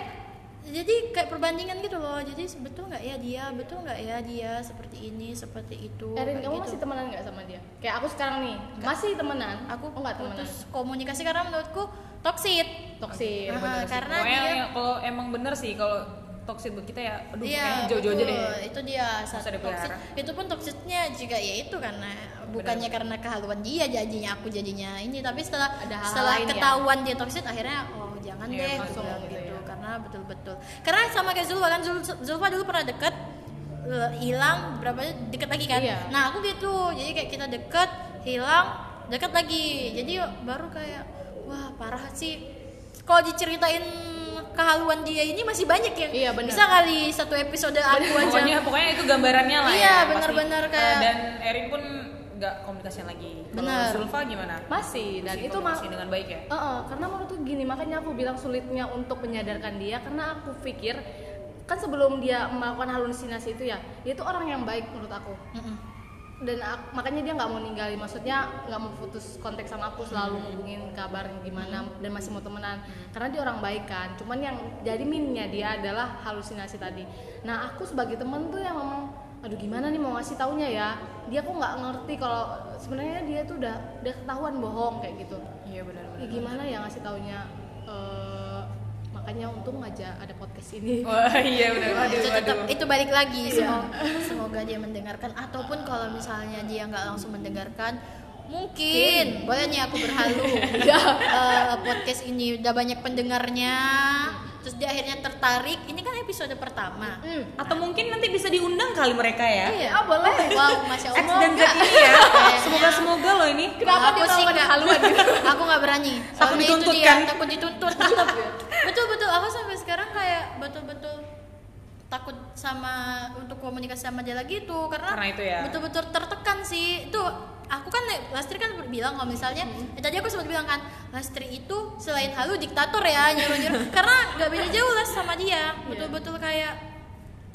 [SPEAKER 1] jadi kayak perbandingan gitu loh jadi betul nggak ya dia betul nggak ya dia seperti ini seperti itu
[SPEAKER 2] Erin,
[SPEAKER 1] kayak
[SPEAKER 2] kamu
[SPEAKER 1] gitu.
[SPEAKER 2] masih temenan nggak sama dia? Kayak aku sekarang nih, masih temenan.
[SPEAKER 1] aku
[SPEAKER 2] Oh, nggak temenan.
[SPEAKER 1] putus komunikasi karena menurutku toksit
[SPEAKER 2] Toksik.
[SPEAKER 1] Ah, karena
[SPEAKER 3] Pokoknya
[SPEAKER 1] dia
[SPEAKER 3] yang- kalau emang bener sih kalau toxic buat kita ya aduh
[SPEAKER 1] Iya,
[SPEAKER 3] kayaknya jauh-jauh aja deh
[SPEAKER 1] betul. Itu dia
[SPEAKER 3] usah
[SPEAKER 1] satu
[SPEAKER 3] dipelihara.
[SPEAKER 1] toksik. Itu pun toksiknya juga ya itu karena bukannya karena kehaluan dia jadinya aku jadinya ini tapi setelah
[SPEAKER 2] Ada hal
[SPEAKER 1] setelah
[SPEAKER 2] lain ya.
[SPEAKER 1] ketahuan dia toksit akhirnya oh jangan
[SPEAKER 3] Iya,
[SPEAKER 1] deh
[SPEAKER 3] langsung
[SPEAKER 1] gitu,
[SPEAKER 2] gitu
[SPEAKER 1] gitu.
[SPEAKER 2] ya.
[SPEAKER 1] karena betul-betul karena sama kayak Zulfa kan Zul- Zulfa dulu pernah deket eh, hilang berapa deket lagi kan
[SPEAKER 2] Iya.
[SPEAKER 1] nah aku gitu jadi kayak kita deket hilang deket lagi jadi baru kayak wah parah sih kalau diceritain kehaluan dia ini masih banyak ya
[SPEAKER 2] Iya, bener.
[SPEAKER 1] bisa kali satu episode aku aja
[SPEAKER 3] pokoknya pokoknya itu gambarannya lah
[SPEAKER 1] Iya,
[SPEAKER 3] ya
[SPEAKER 1] benar-benar
[SPEAKER 3] pasti.
[SPEAKER 1] kayak-
[SPEAKER 3] Eh, dan Erin pun nggak komunikasinya lagi Kalau
[SPEAKER 1] Benar.
[SPEAKER 3] Zulfa gimana
[SPEAKER 2] Masih dan itu mah
[SPEAKER 3] masih dengan baik ya
[SPEAKER 2] Heeh, karena menurutku gini makanya aku bilang sulitnya untuk menyadarkan dia karena aku pikir kan sebelum dia melakukan halusinasi itu ya dia itu orang yang baik menurut aku
[SPEAKER 1] Mm-mm.
[SPEAKER 2] dan ak- makanya dia nggak mau ninggalin maksudnya nggak mau putus kontak sama aku selalu ngubungin kabar gimana dan masih mau temenan karena dia orang baik kan cuman yang jadi minnya dia adalah halusinasi tadi nah aku sebagai temen tuh yang ngomong aduh gimana nih mau ngasih taunya ya dia kok nggak ngerti kalau sebenarnya dia tuh udah udah ketahuan bohong kayak gitu
[SPEAKER 3] iya benar-benar
[SPEAKER 2] ya gimana ya ngasih taunya Eh, makanya untung aja ada podcast ini
[SPEAKER 3] wah iya benar waduh
[SPEAKER 1] itu tetap
[SPEAKER 3] waduh Iya.
[SPEAKER 1] itu balik lagi semoga, semoga dia mendengarkan ataupun kalau misalnya dia nggak langsung mendengarkan mungkin boleh nih aku berhalu Iya.
[SPEAKER 3] Iya.
[SPEAKER 1] Eh, podcast ini udah banyak pendengarnya terus dia akhirnya tertarik ini kan episode pertama
[SPEAKER 2] Hmm.
[SPEAKER 3] atau mungkin nanti bisa diundang kali mereka ya
[SPEAKER 1] Iya,
[SPEAKER 2] Ah, boleh
[SPEAKER 1] wow masya
[SPEAKER 3] X
[SPEAKER 1] allah Iya.
[SPEAKER 3] dan Z
[SPEAKER 1] enggak.
[SPEAKER 3] ini ya
[SPEAKER 1] Kayaknya.
[SPEAKER 3] semoga semoga loh ini
[SPEAKER 2] Kenapa
[SPEAKER 1] Aku
[SPEAKER 2] dia
[SPEAKER 1] sih
[SPEAKER 2] tahu ada
[SPEAKER 1] nggak-
[SPEAKER 2] haluan gitu?
[SPEAKER 1] aku nggak berani soalnya itu
[SPEAKER 3] dituntut
[SPEAKER 1] dia
[SPEAKER 3] kan?
[SPEAKER 1] takut dituntut betul betul aku sampai sekarang kayak betul betul takut sama untuk komunikasi sama dia lagi itu karena,
[SPEAKER 3] Karena itu ya.
[SPEAKER 1] betul betul tertekan sih itu aku kan Lastri kan bilang kalau misalnya eh, tadi aku sempat bilang kan Lastri itu selain halu diktator ya nyuruh nyuruh karena nggak beda jauh lah sama dia betul betul kayak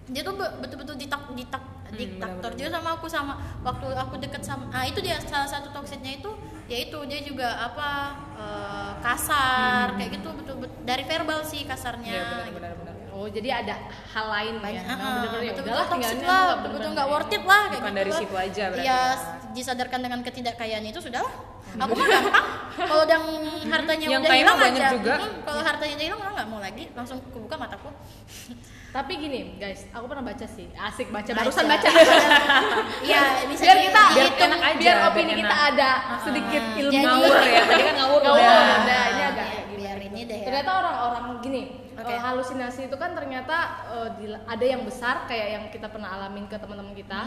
[SPEAKER 1] dia tuh be- betul-betul ditak ditak
[SPEAKER 3] Hmm,
[SPEAKER 1] diktator juga sama aku sama waktu aku deket sama ah itu dia salah satu toksiknya itu yaitu dia juga apa eh, kasar kayak gitu betul, betul dari verbal sih kasarnya
[SPEAKER 3] Hmm. iya benar-benar iya. benar
[SPEAKER 2] Oh, jadi ada hal lain
[SPEAKER 1] banyak ah,
[SPEAKER 2] ya. bener-bener ya
[SPEAKER 1] betul-betul
[SPEAKER 2] udahlah
[SPEAKER 1] toxic
[SPEAKER 2] tinggalin
[SPEAKER 1] lah
[SPEAKER 2] aja,
[SPEAKER 1] betul betul
[SPEAKER 2] bener-bener.
[SPEAKER 1] nggak worth it lah kayak
[SPEAKER 3] Bukan
[SPEAKER 1] gitu
[SPEAKER 3] dari
[SPEAKER 1] lah.
[SPEAKER 3] situ aja berarti
[SPEAKER 1] iya
[SPEAKER 3] ya.
[SPEAKER 1] s- disadarkan dengan ketidakkayaannya itu sudah lah aku mah gampang kalau yang hartanya
[SPEAKER 3] Hmm. Yang
[SPEAKER 1] udah
[SPEAKER 3] kaya
[SPEAKER 1] hilang
[SPEAKER 3] mah banyak
[SPEAKER 1] aja
[SPEAKER 3] juga.
[SPEAKER 1] Mm, kalau hartanya udah hilang orang nggak mau lagi langsung kebuka mataku
[SPEAKER 3] Hmm.
[SPEAKER 2] Tapi gini, guys, aku pernah baca sih. Asik baca,
[SPEAKER 1] Baca.
[SPEAKER 2] barusan baca.
[SPEAKER 1] iya bisa
[SPEAKER 2] biar
[SPEAKER 1] di-
[SPEAKER 2] kita
[SPEAKER 3] biar
[SPEAKER 2] dihitung,
[SPEAKER 3] enak
[SPEAKER 2] biar Ah,
[SPEAKER 3] aja, biar
[SPEAKER 2] opini
[SPEAKER 3] enak.
[SPEAKER 2] kita ada sedikit ilmu
[SPEAKER 1] jadi-
[SPEAKER 3] ngawur ya tadi kan ngawur
[SPEAKER 1] Iya.
[SPEAKER 2] Ngawur,
[SPEAKER 3] udah.
[SPEAKER 2] udah, ini agak
[SPEAKER 1] biar,
[SPEAKER 2] kayak gimana
[SPEAKER 1] biar ini deh ya.
[SPEAKER 2] Ternyata orang-orang gini,
[SPEAKER 1] Oke.
[SPEAKER 2] eh, halusinasi itu kan ternyata eh, di- ada yang besar kayak yang kita pernah alamin ke teman-teman kita,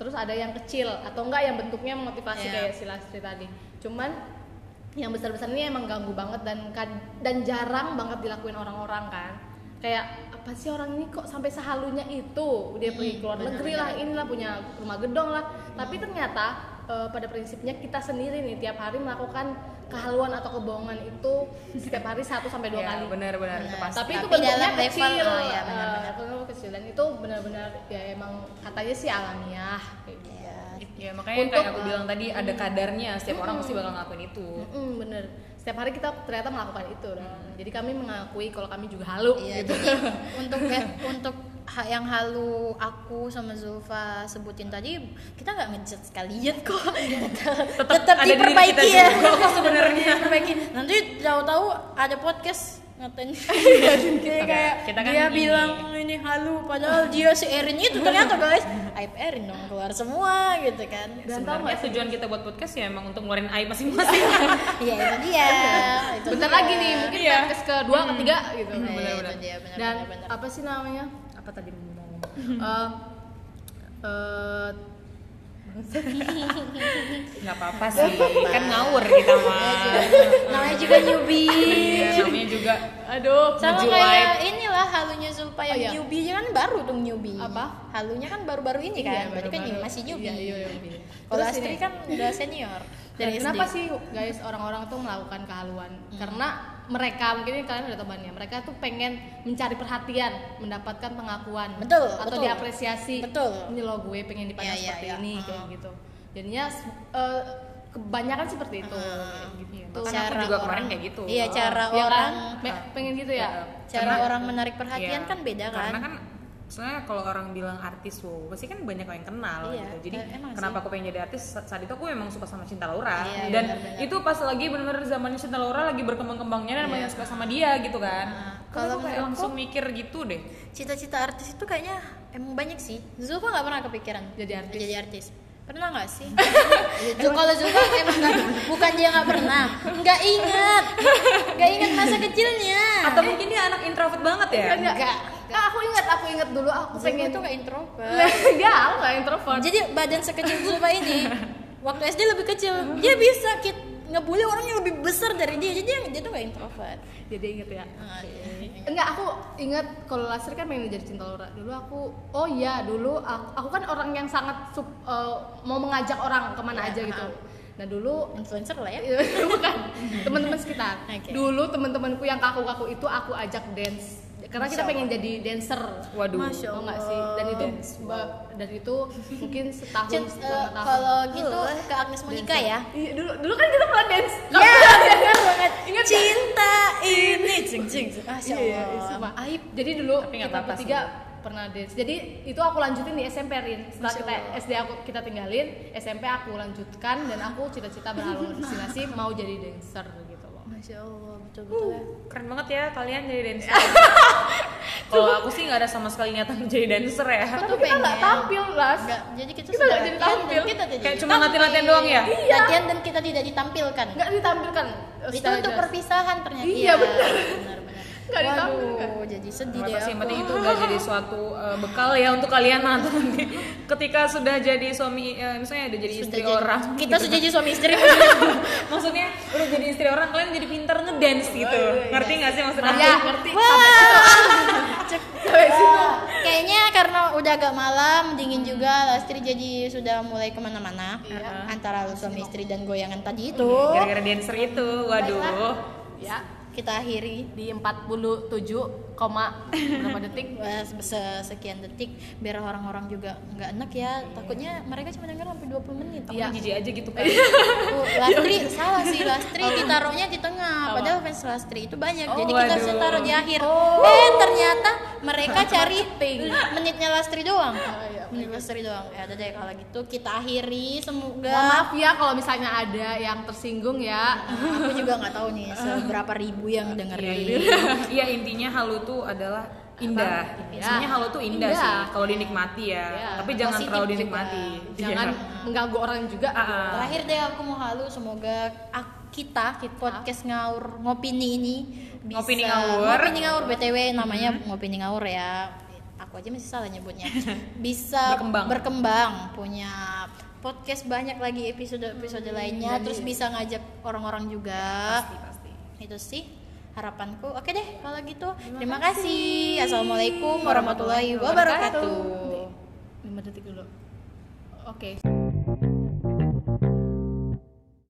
[SPEAKER 2] terus ada yang kecil atau enggak yang bentuknya memotivasi
[SPEAKER 1] Iya.
[SPEAKER 2] kayak si Lastri tadi. Cuman yang besar-besar ini emang ganggu banget dan kad- dan jarang banget dilakuin orang-orang kan. Kayak apa sih orang ini kok sampai sehalunya itu? Dia pergi
[SPEAKER 1] Hmm,
[SPEAKER 2] keluar
[SPEAKER 1] benar, Iya.
[SPEAKER 2] negeri lah, inilah punya rumah gedong lah. Tapi ternyata eh, pada prinsipnya kita sendiri nih tiap hari melakukan kehaluan atau kebohongan itu setiap hari satu sampai dua
[SPEAKER 3] Iya,
[SPEAKER 2] kali.
[SPEAKER 3] benar-benar itu
[SPEAKER 1] Benar.
[SPEAKER 3] pasti
[SPEAKER 2] Tapi, itu
[SPEAKER 1] Tapi
[SPEAKER 2] bentuknya
[SPEAKER 1] dalam level, oh
[SPEAKER 2] kecil,
[SPEAKER 1] iya,
[SPEAKER 2] eh,
[SPEAKER 1] benar-benar.
[SPEAKER 2] bentuknya kecil dan itu benar-benar ya emang katanya sih alamiah kayak gitu.
[SPEAKER 1] Iya.
[SPEAKER 3] ya makanya
[SPEAKER 2] Untuk-
[SPEAKER 3] kayak aku bilang tadi ada kadarnya setiap orang pasti bakal ngelakuin itu
[SPEAKER 2] Mm-mm, bener. Setiap hari kita ternyata melakukan itu. Dan Jadi kami mengakui kalau kami juga halu.
[SPEAKER 1] Iya,
[SPEAKER 2] gitu.
[SPEAKER 1] jadi untuk ya, untuk ha- yang halu aku sama Zulfa sebutin tadi kita nggak ngejudge kalian kok Iya. tetap, ya.
[SPEAKER 3] Tetap ada diri kita juga kok sebenarnya.
[SPEAKER 1] Diperbaiki. nanti tahu-tahu ada podcast ngatain Iya,
[SPEAKER 2] Kayak-
[SPEAKER 1] Oke,
[SPEAKER 2] kayak
[SPEAKER 3] kita kan
[SPEAKER 1] dia
[SPEAKER 3] ini.
[SPEAKER 1] bilang ini halu padahal dia si Erin itu ternyata guys aib Erin dong keluar semua gitu kan
[SPEAKER 2] Dan tau
[SPEAKER 3] Sebenarnya
[SPEAKER 2] nggak sih?
[SPEAKER 3] tujuan kita buat podcast ya emang untuk ngeluarin aib masing-masing.
[SPEAKER 1] iya itu dia itu
[SPEAKER 2] bentar
[SPEAKER 1] dia.
[SPEAKER 2] lagi nih mungkin
[SPEAKER 3] Iya.
[SPEAKER 2] podcast kedua ketiga gitu
[SPEAKER 1] Nah,
[SPEAKER 2] Bener-bener.
[SPEAKER 1] itu dia, bener,
[SPEAKER 2] dan
[SPEAKER 1] bener, bener.
[SPEAKER 2] apa sih namanya apa tadi mau ngomong Eh, eh,
[SPEAKER 3] Gak apa-apa sih, kan ngawur kita mah.
[SPEAKER 1] namanya juga newbie
[SPEAKER 3] Iya, namanya juga
[SPEAKER 2] aduh
[SPEAKER 1] sama
[SPEAKER 3] Ngejual.
[SPEAKER 1] kayak inilah halunya Zulpa yang
[SPEAKER 2] Oh, iya.
[SPEAKER 1] newbie kan baru dong newbie
[SPEAKER 2] Apa?
[SPEAKER 1] halunya kan baru-baru ini kan berarti kan
[SPEAKER 2] baru-baru.
[SPEAKER 1] masih newbie
[SPEAKER 2] Iya, iya, iya.
[SPEAKER 1] kalau
[SPEAKER 2] Terus
[SPEAKER 1] Astri
[SPEAKER 2] ini.
[SPEAKER 1] kan udah senior
[SPEAKER 2] Dan
[SPEAKER 1] dari Hmm.
[SPEAKER 2] kenapa
[SPEAKER 1] SD.
[SPEAKER 2] sih guys orang-orang tuh melakukan kehaluan? Karena mereka mungkin ini kalian udah temannya, mereka tuh pengen mencari perhatian, mendapatkan pengakuan,
[SPEAKER 1] Betul,
[SPEAKER 2] atau
[SPEAKER 1] betul.
[SPEAKER 2] diapresiasi.
[SPEAKER 1] Betul.
[SPEAKER 2] Ini loh gue pengen dipandang
[SPEAKER 1] Iya, iya,
[SPEAKER 2] seperti
[SPEAKER 1] iya.
[SPEAKER 2] ini kayak gitu. Jadinya eh, kebanyakan seperti itu.
[SPEAKER 1] Hmm.
[SPEAKER 2] kayak gitu ya.
[SPEAKER 3] Kan aku juga kemarin kayak gitu.
[SPEAKER 1] iya cara
[SPEAKER 2] Ya kan?
[SPEAKER 1] orang Ah.
[SPEAKER 2] Me- pengen gitu ya.
[SPEAKER 1] cara
[SPEAKER 3] Karena-
[SPEAKER 1] orang menarik perhatian
[SPEAKER 3] Iya.
[SPEAKER 1] kan beda kan
[SPEAKER 3] Karena kan sebenarnya kalau orang bilang artis wow, pasti kan banyak yang kenal
[SPEAKER 1] Iya,
[SPEAKER 3] gitu. Jadi
[SPEAKER 1] eh, emang
[SPEAKER 3] kenapa
[SPEAKER 1] sih.
[SPEAKER 3] aku pengen jadi artis? Sa- Saat itu aku memang suka sama Cinta Laura
[SPEAKER 1] Iya,
[SPEAKER 3] dan
[SPEAKER 1] benar-benar.
[SPEAKER 3] itu pas lagi bener-bener zamannya Cinta Laura lagi berkembang-kembangnya dan banyak suka sama dia gitu kan.
[SPEAKER 1] Iya. Ah. kalau
[SPEAKER 3] Kalau kayak
[SPEAKER 1] menurutku-
[SPEAKER 3] langsung mikir gitu deh.
[SPEAKER 1] cita-cita artis itu kayaknya emang banyak sih Zulfa nggak pernah kepikiran
[SPEAKER 2] Jadi artis.
[SPEAKER 1] jadi artis pernah nggak sih Zul- kalau Zulfa emang nggak bukan dia nggak pernah nggak ingat nggak ingat masa kecilnya
[SPEAKER 3] Atau mungkin dia anak introvert banget ya?
[SPEAKER 1] Iya,
[SPEAKER 2] Enggak, enggak. Ah, aku ingat, aku ingat dulu Ah, aku
[SPEAKER 1] Zulfa
[SPEAKER 2] pengen
[SPEAKER 1] itu nggak introvert
[SPEAKER 2] enggak, aku nggak introvert.
[SPEAKER 1] jadi badan sekecil Zulfa ini waktu SD lebih kecil dia bisa kit ngebully orang yang lebih besar dari dia jadi dia- dia tuh nggak introvert
[SPEAKER 2] Jadi inget ya. Enggak, aku ingat kalau Lasri kan pengen jadi cinta Laura. Dulu aku, oh iya dulu aku, aku kan orang yang sangat sup- eh, mau mengajak orang
[SPEAKER 1] Iya,
[SPEAKER 2] kemana aja gitu. Nah dulu
[SPEAKER 1] influencer lah ya
[SPEAKER 2] bukan teman-teman sekitar.
[SPEAKER 1] Oke.
[SPEAKER 2] Dulu teman-temanku yang kaku-kaku itu aku ajak dance karena kita
[SPEAKER 1] Masya
[SPEAKER 2] pengen jadi dancer.
[SPEAKER 3] Waduh.
[SPEAKER 1] Masya
[SPEAKER 2] Tau nggak sih? Dan itu ba- dan itu mungkin setahun
[SPEAKER 1] Cint,
[SPEAKER 2] dua
[SPEAKER 1] eh,
[SPEAKER 2] tahun.
[SPEAKER 1] kalau gitu ke Agnes Monica ya
[SPEAKER 2] Iya, dulu dulu kan kita pernah dance. iya,
[SPEAKER 1] Ya, bener banget. Cinta ini cing cing. cing. Masya
[SPEAKER 2] Iya, iya,
[SPEAKER 1] Allah.
[SPEAKER 2] sumpah. Aib. Jadi dulu
[SPEAKER 3] Tapi nggak
[SPEAKER 2] kita
[SPEAKER 3] apa-apa
[SPEAKER 2] bertiga pernah dance. Jadi itu aku lanjutin di SMP Rin. Setelah
[SPEAKER 1] Masya
[SPEAKER 2] kita
[SPEAKER 1] Allah.
[SPEAKER 2] SD aku kita tinggalin, SMP aku lanjutkan dan aku cita-cita berhalusinasi mau jadi dancer gitu loh.
[SPEAKER 1] Masya Allah, betul-betul ya.
[SPEAKER 3] Keren banget ya kalian jadi dancer. Kalau aku sih nggak ada sama sekali niatan jadi dancer ya.
[SPEAKER 1] Aku
[SPEAKER 2] Tapi
[SPEAKER 1] tuh
[SPEAKER 2] kita nggak
[SPEAKER 1] pengen.
[SPEAKER 2] tampil lah.
[SPEAKER 1] Enggak, jadi kita,
[SPEAKER 2] Kita
[SPEAKER 1] sudah
[SPEAKER 2] nggak jadi
[SPEAKER 1] latihan dan
[SPEAKER 2] tampil.
[SPEAKER 1] Kita tidak
[SPEAKER 3] Kayak cuma latihan-latihan doang ya?
[SPEAKER 1] Iya. Latihan dan kita tidak ditampilkan.
[SPEAKER 2] Nggak ditampilkan.
[SPEAKER 1] itu
[SPEAKER 2] secara
[SPEAKER 1] untuk
[SPEAKER 2] jelas.
[SPEAKER 1] perpisahan ternyata.
[SPEAKER 2] Iya, benar.
[SPEAKER 1] benar.
[SPEAKER 2] Nggak ditampilkan.
[SPEAKER 1] Waduh, jadi sedih
[SPEAKER 3] Nggak
[SPEAKER 1] deh.
[SPEAKER 3] apa sih, yang
[SPEAKER 1] Iya, aku.
[SPEAKER 3] penting itu udah jadi suatu eh, bekal ya untuk kalian nanti ketika sudah jadi suami eh, misalnya udah jadi
[SPEAKER 1] Sudah
[SPEAKER 3] istri
[SPEAKER 1] jadi-
[SPEAKER 3] orang
[SPEAKER 1] Kita
[SPEAKER 3] gitu.
[SPEAKER 1] sudah jadi suami istri.
[SPEAKER 3] maksudnya udah jadi istri orang kalian jadi pintar ngedance
[SPEAKER 1] Oh,
[SPEAKER 3] gitu
[SPEAKER 1] iya,
[SPEAKER 3] ngerti nggak sih maksudnya
[SPEAKER 2] Iya, ngerti.
[SPEAKER 1] Kayaknya karena udah agak malam, dingin juga, Lastri jadi sudah mulai kemana-mana antara lu suami istri dan goyangan tadi itu.
[SPEAKER 3] gara-gara dancer itu waduh
[SPEAKER 2] Ya,
[SPEAKER 1] Kita akhiri
[SPEAKER 2] di 47, koma berapa detik?
[SPEAKER 1] eh, se- sekian detik biar orang-orang juga nggak enak ya. Takutnya mereka cuma denger sampai 20 menit.
[SPEAKER 3] aku jijik aja gitu
[SPEAKER 1] Iya,
[SPEAKER 3] kan
[SPEAKER 1] Tuh, Lastri salah sih Lastri ditaruhnya di tengah padahal fans Lastri itu banyak
[SPEAKER 3] Oh,
[SPEAKER 1] jadi kita
[SPEAKER 3] waduh. Oh.
[SPEAKER 1] bisa taruh di akhir eh ternyata mereka cari menitnya Lastri doang
[SPEAKER 3] Oh, iya,
[SPEAKER 1] menit Lastri doang ya udah deh kalau gitu kita akhiri semoga
[SPEAKER 2] Mohon maaf ya kalau misalnya ada yang tersinggung ya.
[SPEAKER 1] aku juga nggak tahu nih seberapa ribu yang dengerin
[SPEAKER 3] iya intinya halu tuh adalah indah
[SPEAKER 1] Iya.
[SPEAKER 3] intinya halu tuh
[SPEAKER 2] Indah.
[SPEAKER 3] indah, sih kalau dinikmati ya
[SPEAKER 2] Iya.
[SPEAKER 3] tapi jangan
[SPEAKER 1] Positif
[SPEAKER 3] terlalu
[SPEAKER 1] juga.
[SPEAKER 3] dinikmati
[SPEAKER 2] Jangan
[SPEAKER 3] Iya.
[SPEAKER 2] mengganggu orang juga.
[SPEAKER 3] Ah, ah.
[SPEAKER 1] terakhir deh aku mau halu semoga ak- kita podcast ngaur ngopini ini bisa
[SPEAKER 3] Ngopini Ngaur.
[SPEAKER 1] Ngopini Ngaur, btw namanya ngopini ngaur ya aku aja masih salah nyebutnya bisa
[SPEAKER 3] Berkembang.
[SPEAKER 1] berkembang, punya podcast banyak lagi episode episode lainnya terus bisa ngajak orang-orang juga
[SPEAKER 3] Pasti, pasti.
[SPEAKER 1] itu sih harapanku oke deh kalau gitu terima kasih assalamualaikum warahmatullahi wabarakatuh
[SPEAKER 2] 5 detik dulu. Oke.